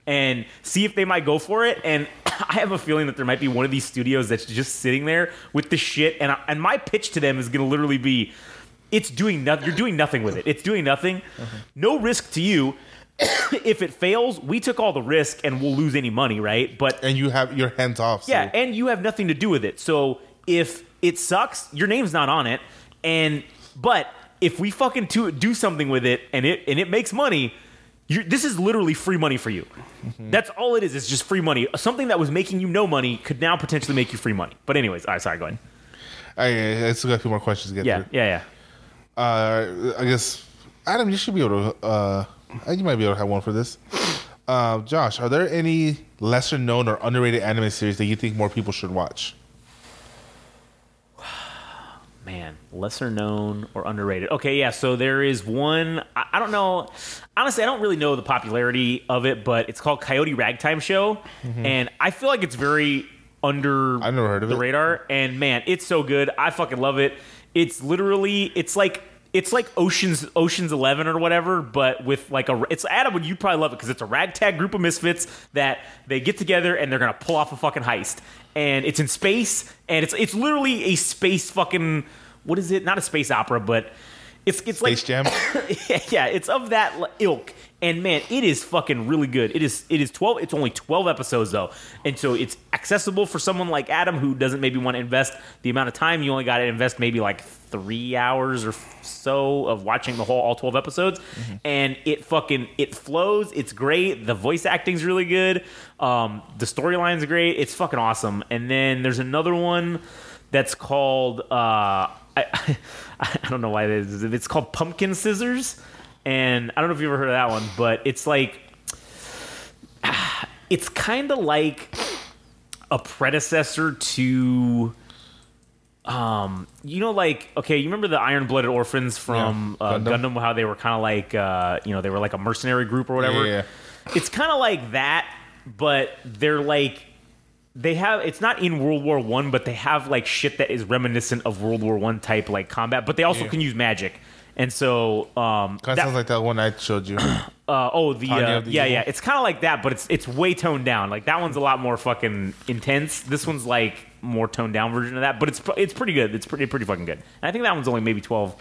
and see if they might go for it. And I have a feeling that there might be one of these studios that's just sitting there with the shit. And I, and my pitch to them is going to literally be, it's doing nothing. You're doing nothing with it. It's doing nothing. No risk to you. if it fails, we took all the risk and we'll lose any money, right? But
And you have your hands off. so-
yeah, and you have nothing to do with it. So if it sucks, your name's not on it. And but if we fucking do, do something with it and it and it makes money, you're, this is literally free money for you. That's all it is. It's just free money. Something that was making you no money could now potentially make you free money. But anyways, all right, sorry, go ahead.
I, I I still got a few more questions to get
Yeah,
through.
yeah, yeah.
Uh, I guess, Adam, you should be able to, uh, you might be able to have one for this. Uh, Josh, are there any lesser known or underrated anime series that you think more people should watch?
man, lesser known or underrated. Okay, yeah. So there is one. I, I don't know. Honestly, I don't really know the popularity of it, but it's called Coyote Ragtime Show, and I feel like it's very under.
Mm-hmm. I've never heard of
the
it.
radar. And man, it's so good. I fucking love it. It's literally. It's like. It's like Oceans Oceans Eleven or whatever, but with like a. It's Adam. Would you probably love it because it's a ragtag group of misfits that they get together and they're gonna pull off a fucking heist, and it's in space, and it's it's literally a space fucking. What is it? Not a space opera, but it's it's like
Space Jam.
yeah, yeah, it's of that l- ilk. And man, it is fucking really good. It is it is twelve. It's only twelve episodes though, and so it's accessible for someone like Adam who doesn't maybe want to invest the amount of time you only got to invest maybe like three hours or so of watching the whole all twelve episodes, and it fucking it flows. It's great. The voice acting's really good. Um, the storyline's great. It's fucking awesome. And then there's another one that's called uh, I, I I don't know why it is. It's called pumpkin scissors, and I don't know if you've ever heard of that one, but it's like it's kind of like a predecessor to um you know like okay you remember the iron blooded orphans from
Yeah,
uh,
Gundam.
Gundam? how they were kind of like uh you know they were like a mercenary group or whatever
Yeah, yeah,
it's kind of like that but they're like they have it's not in World War One, but they have like shit that is reminiscent of World War One type like combat. But they also
Yeah.
can use magic, and so um,
Kind of
that-
sounds like that one I showed you.
uh, oh the
Tanya
uh,
of the
yeah
Evil.
yeah it's kind of like that, but it's it's way toned down. Like that one's a lot more fucking intense. This one's like more toned down version of that, but it's pr- it's pretty good. It's pretty pretty fucking good. And I think that one's only maybe twelve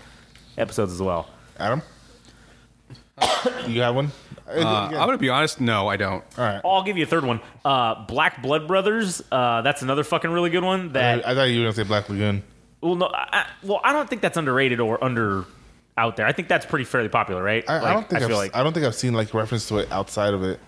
episodes as well.
Adam, you have one?
Uh, I'm gonna be honest. No, I don't.
All right.
Oh, I'll give you a third one. Uh, Black Blood Brothers. Uh, that's another fucking really good one. That
I, I thought you were gonna say Black Lagoon.
Well, no. I, I- well, I don't think that's underrated or under out there. I think that's pretty fairly popular, right?
I, I
Like,
don't think I
I
have
feel like.
I don't think I've seen like reference to it outside of it.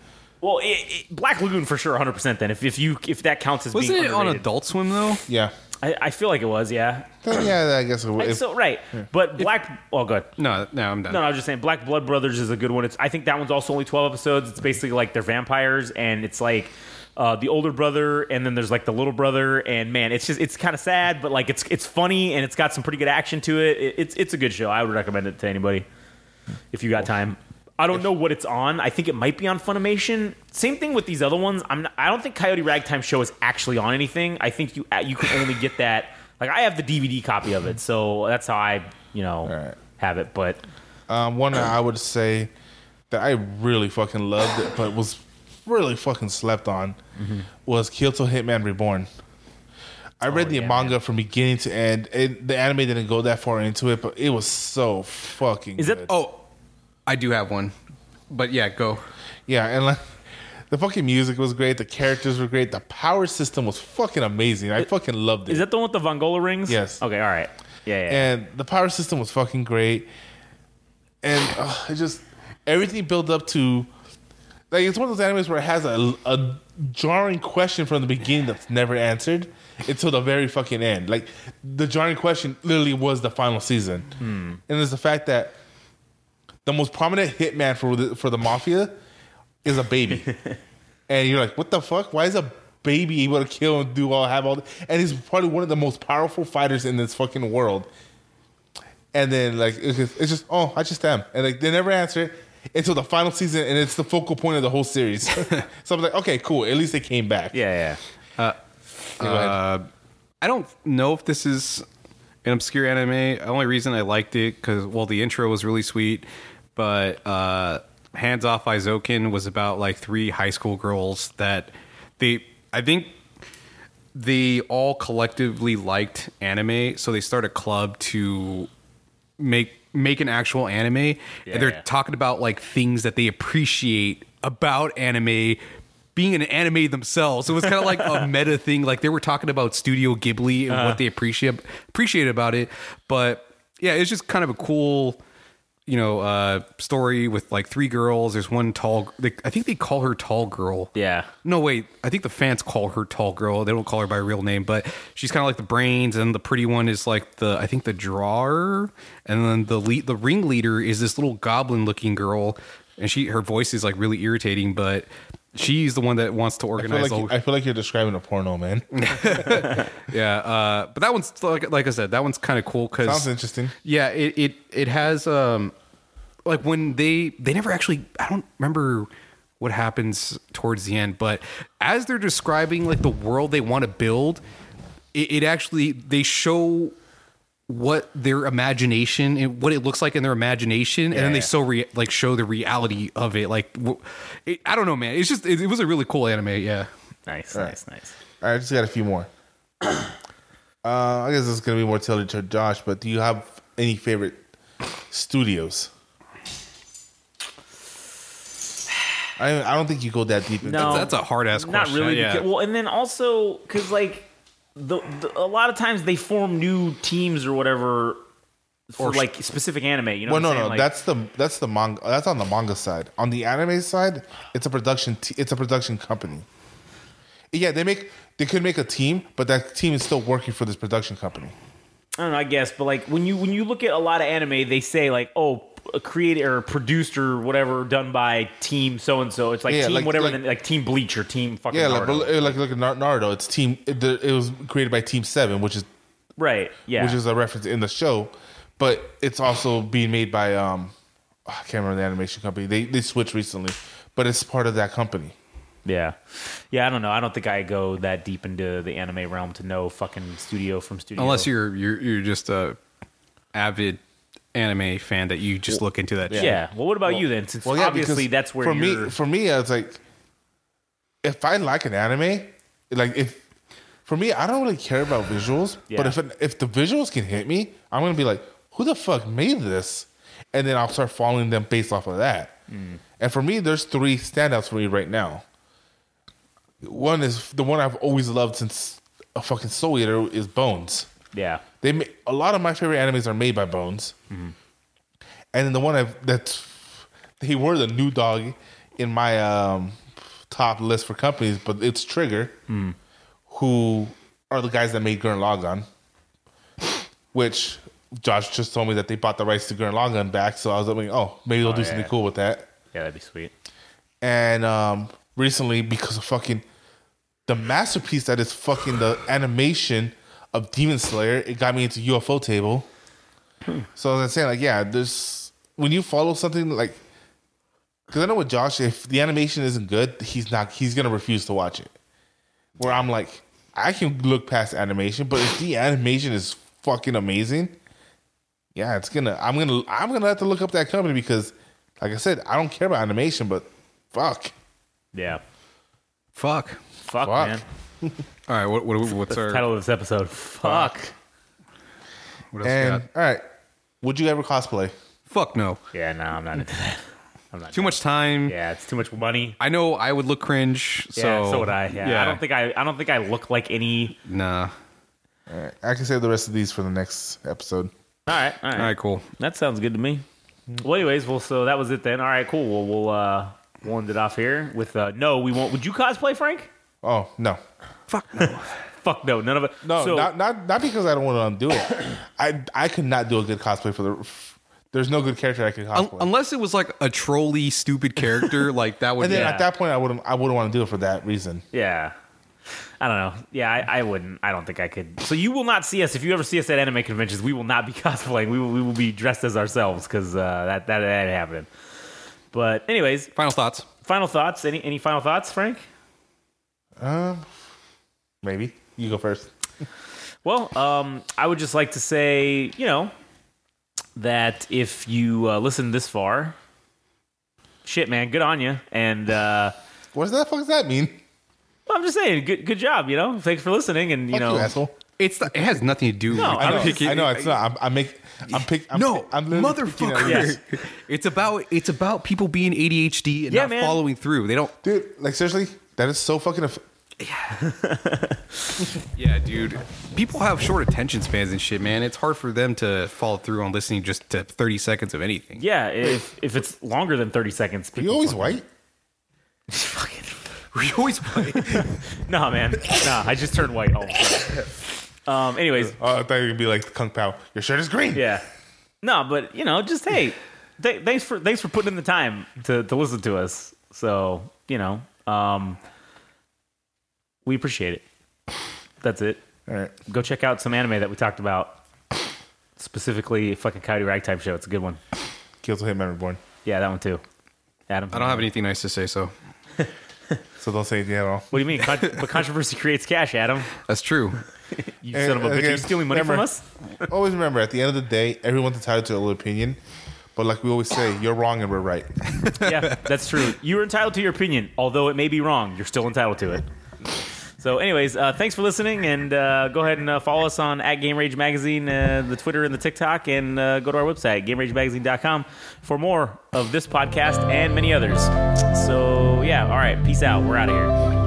well, it, it, Black Lagoon for sure, 100. percent Then, if, if you if that counts as
Wasn't
being
it on
underrated.
Adult Swim though?
Yeah,
I, I feel like it was, yeah.
Then, yeah. I guess it,
Like,
if,
so right, but Black. oh, good.
No, no, I'm done.
No, no, I was just saying Black Blood Brothers is a good one. It's I think that one's also only twelve episodes. It's basically like they're vampires and it's like uh, the older brother and then there's like the little brother and man, it's just it's kind of sad, but like it's it's funny and it's got some pretty good action to it. it. It's it's a good show. I would recommend it to anybody if you got time. I don't know what it's on. I think it might be on Funimation. Same thing with these other ones. I'm not, I don't think Coyote Ragtime Show is actually on anything. I think you you can only get that like I have the DVD copy of it, so that's how I you know
Alright.
have it. But
Um, one I would say that I really fucking loved, it, but was really fucking slept on,
Mm-hmm.
was Kyoto Hitman Reborn. I read the
Oh, yeah,
manga from beginning to end. It, the anime didn't go that far into it, but it was so fucking.
Is it-
good.
Oh, I do have one. But yeah, go.
Yeah, and like the fucking music was great, the characters were great, the power system was fucking amazing. I fucking loved it.
Is that the one with the Vongola rings?
Yes.
Okay, all right. Yeah, yeah.
and the power system was fucking great, and uh, it just everything built up to like it's one of those animes where it has a, a jarring question from the beginning that's never answered until the very fucking end. Like the jarring question literally was the final season, and there's the fact that the most prominent hitman for the, for the mafia is a baby, and you're like, what the fuck? Why is a baby able to kill and do all have all? th- And he's probably one of the most powerful fighters in this fucking world. And then like it's just, it's just oh, I just am, and like they never answer it until the final season, and it's the focal point of the whole series. so I'm like, okay, cool. At least they came back.
yeah, yeah.
Go ahead.
Uh, I don't know if this is an obscure anime. The only reason I liked it because well, the intro was really sweet, but uh, Hands Off Izokin was about like three high school girls that they I think they all collectively liked anime, so they start a club to make make an actual anime, and they're
Yeah.
talking about like things that they appreciate about anime being an anime themselves. It was kind of like a meta thing. Like they were talking about Studio Ghibli and
Uh-huh.
what they appreciate appreciate about it. But yeah, it's just kind of a cool, you know, uh, story with like three girls. There's one tall. They, I think they call her Tall Girl.
Yeah.
No, wait. I think the fans call her Tall Girl. They don't call her by her real name, but she's kind of like the brains, and the pretty one is like the I think the drawer, and then the lead, the ringleader is this little goblin looking girl, and she her voice is like really irritating, but She's the one that wants to
I feel,
organize.
like
the whole
I feel like you're describing a porno, man.
yeah, uh, but that one's like like I said, that one's kind of cool
Sounds
because
interesting.
yeah, it, it it has um like when they they never actually I don't remember what happens towards the end, but as they're describing like the world they want to build, it, it actually they show what their imagination and what it looks like in their imagination and then they
Yeah.
so re- like show the reality of it like w- it, i don't know man it's just it, it was a really cool anime yeah
Nice, nice, nice.
All right, I just got a few more. uh, I guess it's gonna be more tailored to Josh. But do you have any favorite studios? I I don't think you go that deep. into
No.
it.
that's a hard ass question
Um, not really
yeah.
because, well and then also because like the, the a lot of times they form new teams or whatever for
Or sh-
like specific anime you know
Well,
what
no,
I'm
no,
saying? Like,
that's the that's the manga. That's on the manga side. On the anime side, it's a production. T- it's a production company. Yeah, they make they could make a team, but that team is still working for this production company.
I don't know, I guess, but like when you when you look at a lot of anime, they say like, oh, p- created or produced or whatever done by team so and so. It's like
Yeah,
team
like-
whatever,
like-
then, like team Bleach or team fucking
Yeah,
Naruto.
like like look at Nar- Naruto. It's team. It, the- it was created by Team Seven, which is
right? Yeah,
which is a reference in the show, but it's also being made by um I can't remember the animation company. They they switched recently, but it's part of that company.
yeah, yeah. I don't know. I don't think I go that deep into the anime realm to know fucking studio from studio.
unless you're you're you're just a avid anime fan that you just look into that.
yeah.
shit.
Well, what about you then? Since
Well, yeah,
obviously
because
that's where
for
you're,
me for me it's like if I like an anime, like if for me I don't really care about visuals, but
Yeah.
if it, if the visuals can hit me, I'm gonna be like, who the fuck made this? And then I'll start following them based off of that.
Mm.
And for me, there's three standouts for me right now. One is the one I've always loved since a fucking Soul Eater is Bones
yeah,
they ma- a lot of my favorite animes are made by Bones, and then the one I've, that's he were the new dog in my um, top list for companies, but it's Trigger, who are the guys that made Gurren Lagann, which Josh just told me that they bought the rights to Gurren Lagann back, so I was like, oh, maybe they'll do something
yeah.
cool with that
yeah, that'd be sweet.
and um, recently because of fucking the masterpiece that is fucking the animation of Demon Slayer, it got me into UFO table. So as I was saying, like, yeah, there's when you follow something like, because I know with Josh, if the animation isn't good, he's not, he's gonna refuse to watch it. Where I'm like, I can look past animation, but if the animation is fucking amazing, yeah, it's gonna. I'm gonna. I'm gonna have to look up that company because, like I said, I don't care about animation, but fuck,
Yeah,
Fuck.
fuck,
Fuck.
man.
All right. What, what what's our
Title of this episode, fuck.
What else we
And
got?
all right, would you ever cosplay?
Fuck no.
Yeah, no, I'm not into that. I'm not
Too much time.
Yeah, it's too much money.
I know I would look cringe. So
yeah, so would I. Yeah. I don't think I. I don't think I look like any.
Nah.
I can save the rest of these for the next episode.
All right, all right,
All right. Cool.
That sounds good to me. Well, anyways, well, so that was it then. All right, cool. Well, we'll uh, we'll end it off here with uh, no. We won't. Would you cosplay Frank?
Oh no,
Fuck no, none of it.
no,
so,
not not not because I don't want to undo it. I I could not do a good cosplay for the. There's no good character I could
Un-
cosplay.
unless it was like a trolly, stupid character, like that would.
and then
yeah.
at that point, I wouldn't. I wouldn't want to do it for that reason.
yeah. I don't know. Yeah, I, I wouldn't. I don't think I could. So you will not see us if you ever see us at anime conventions. We will not be cosplaying. We will. We will be dressed as ourselves because uh, that that that ain't happening. But anyways,
Final thoughts.
final thoughts. Any any final thoughts, Frank?
Maybe you go first.
Well, um, I would just like to say, you know, that if you uh, listened this far, shit, man, good on you. And uh,
What the fuck does that mean?
well, I'm just saying, good, good job. You know, thanks for listening. And you
Fuck
know,
you asshole.
It's the, it has nothing to do.
No,
with
I
I
I'm
know,
picking-
I know it's not. I'm, I'm make. I'm pick. I'm,
no,
I'm literally picking at
motherfucker.
you.
Yes.
It's about it's about people being ADHD and
Yeah,
not
man.
following through. They don't.
dude. Like seriously, that is so fucking. Aff-
Yeah, dude. People have short attention spans and shit, man. It's hard for them to follow through on listening just to 30 seconds of anything.
yeah, if if it's longer than 30 seconds,
Are you
people.
always white?
fucking,
We always play.
nah, man, nah. I just turned white. All of a sudden. um. Anyways,
Oh, I thought you were gonna be like Kung Pao. Your shirt is green.
yeah. No, but you know, just hey, th- thanks for thanks for putting in the time to to listen to us. So you know, Um, we appreciate it. That's it.
All right.
Go check out some anime that we talked about, specifically fucking Coyote Ragtime Show. It's a good one.
Kills Hitman Reborn.
Yeah, that one too. Adam,
I don't have anything nice to say, so
So don't say anything at all.
What do you mean? Con- but controversy creates cash, Adam.
that's true.
You son of a bitch. Are you
again,
stealing money from
remember-
us?
Always remember, at the end of the day, everyone's entitled to a little opinion. But like we always say, you're wrong and we're right.
yeah, that's true. You're entitled to your opinion, although it may be wrong. You're still entitled to it. So, anyways, uh, thanks for listening, and uh, go ahead and uh, follow us on at Game Rage Magazine, uh, the Twitter and the TikTok, and uh, go to our website, GameRageMagazine.com, for more of this podcast and many others. So, yeah, all right, peace out. We're out of here.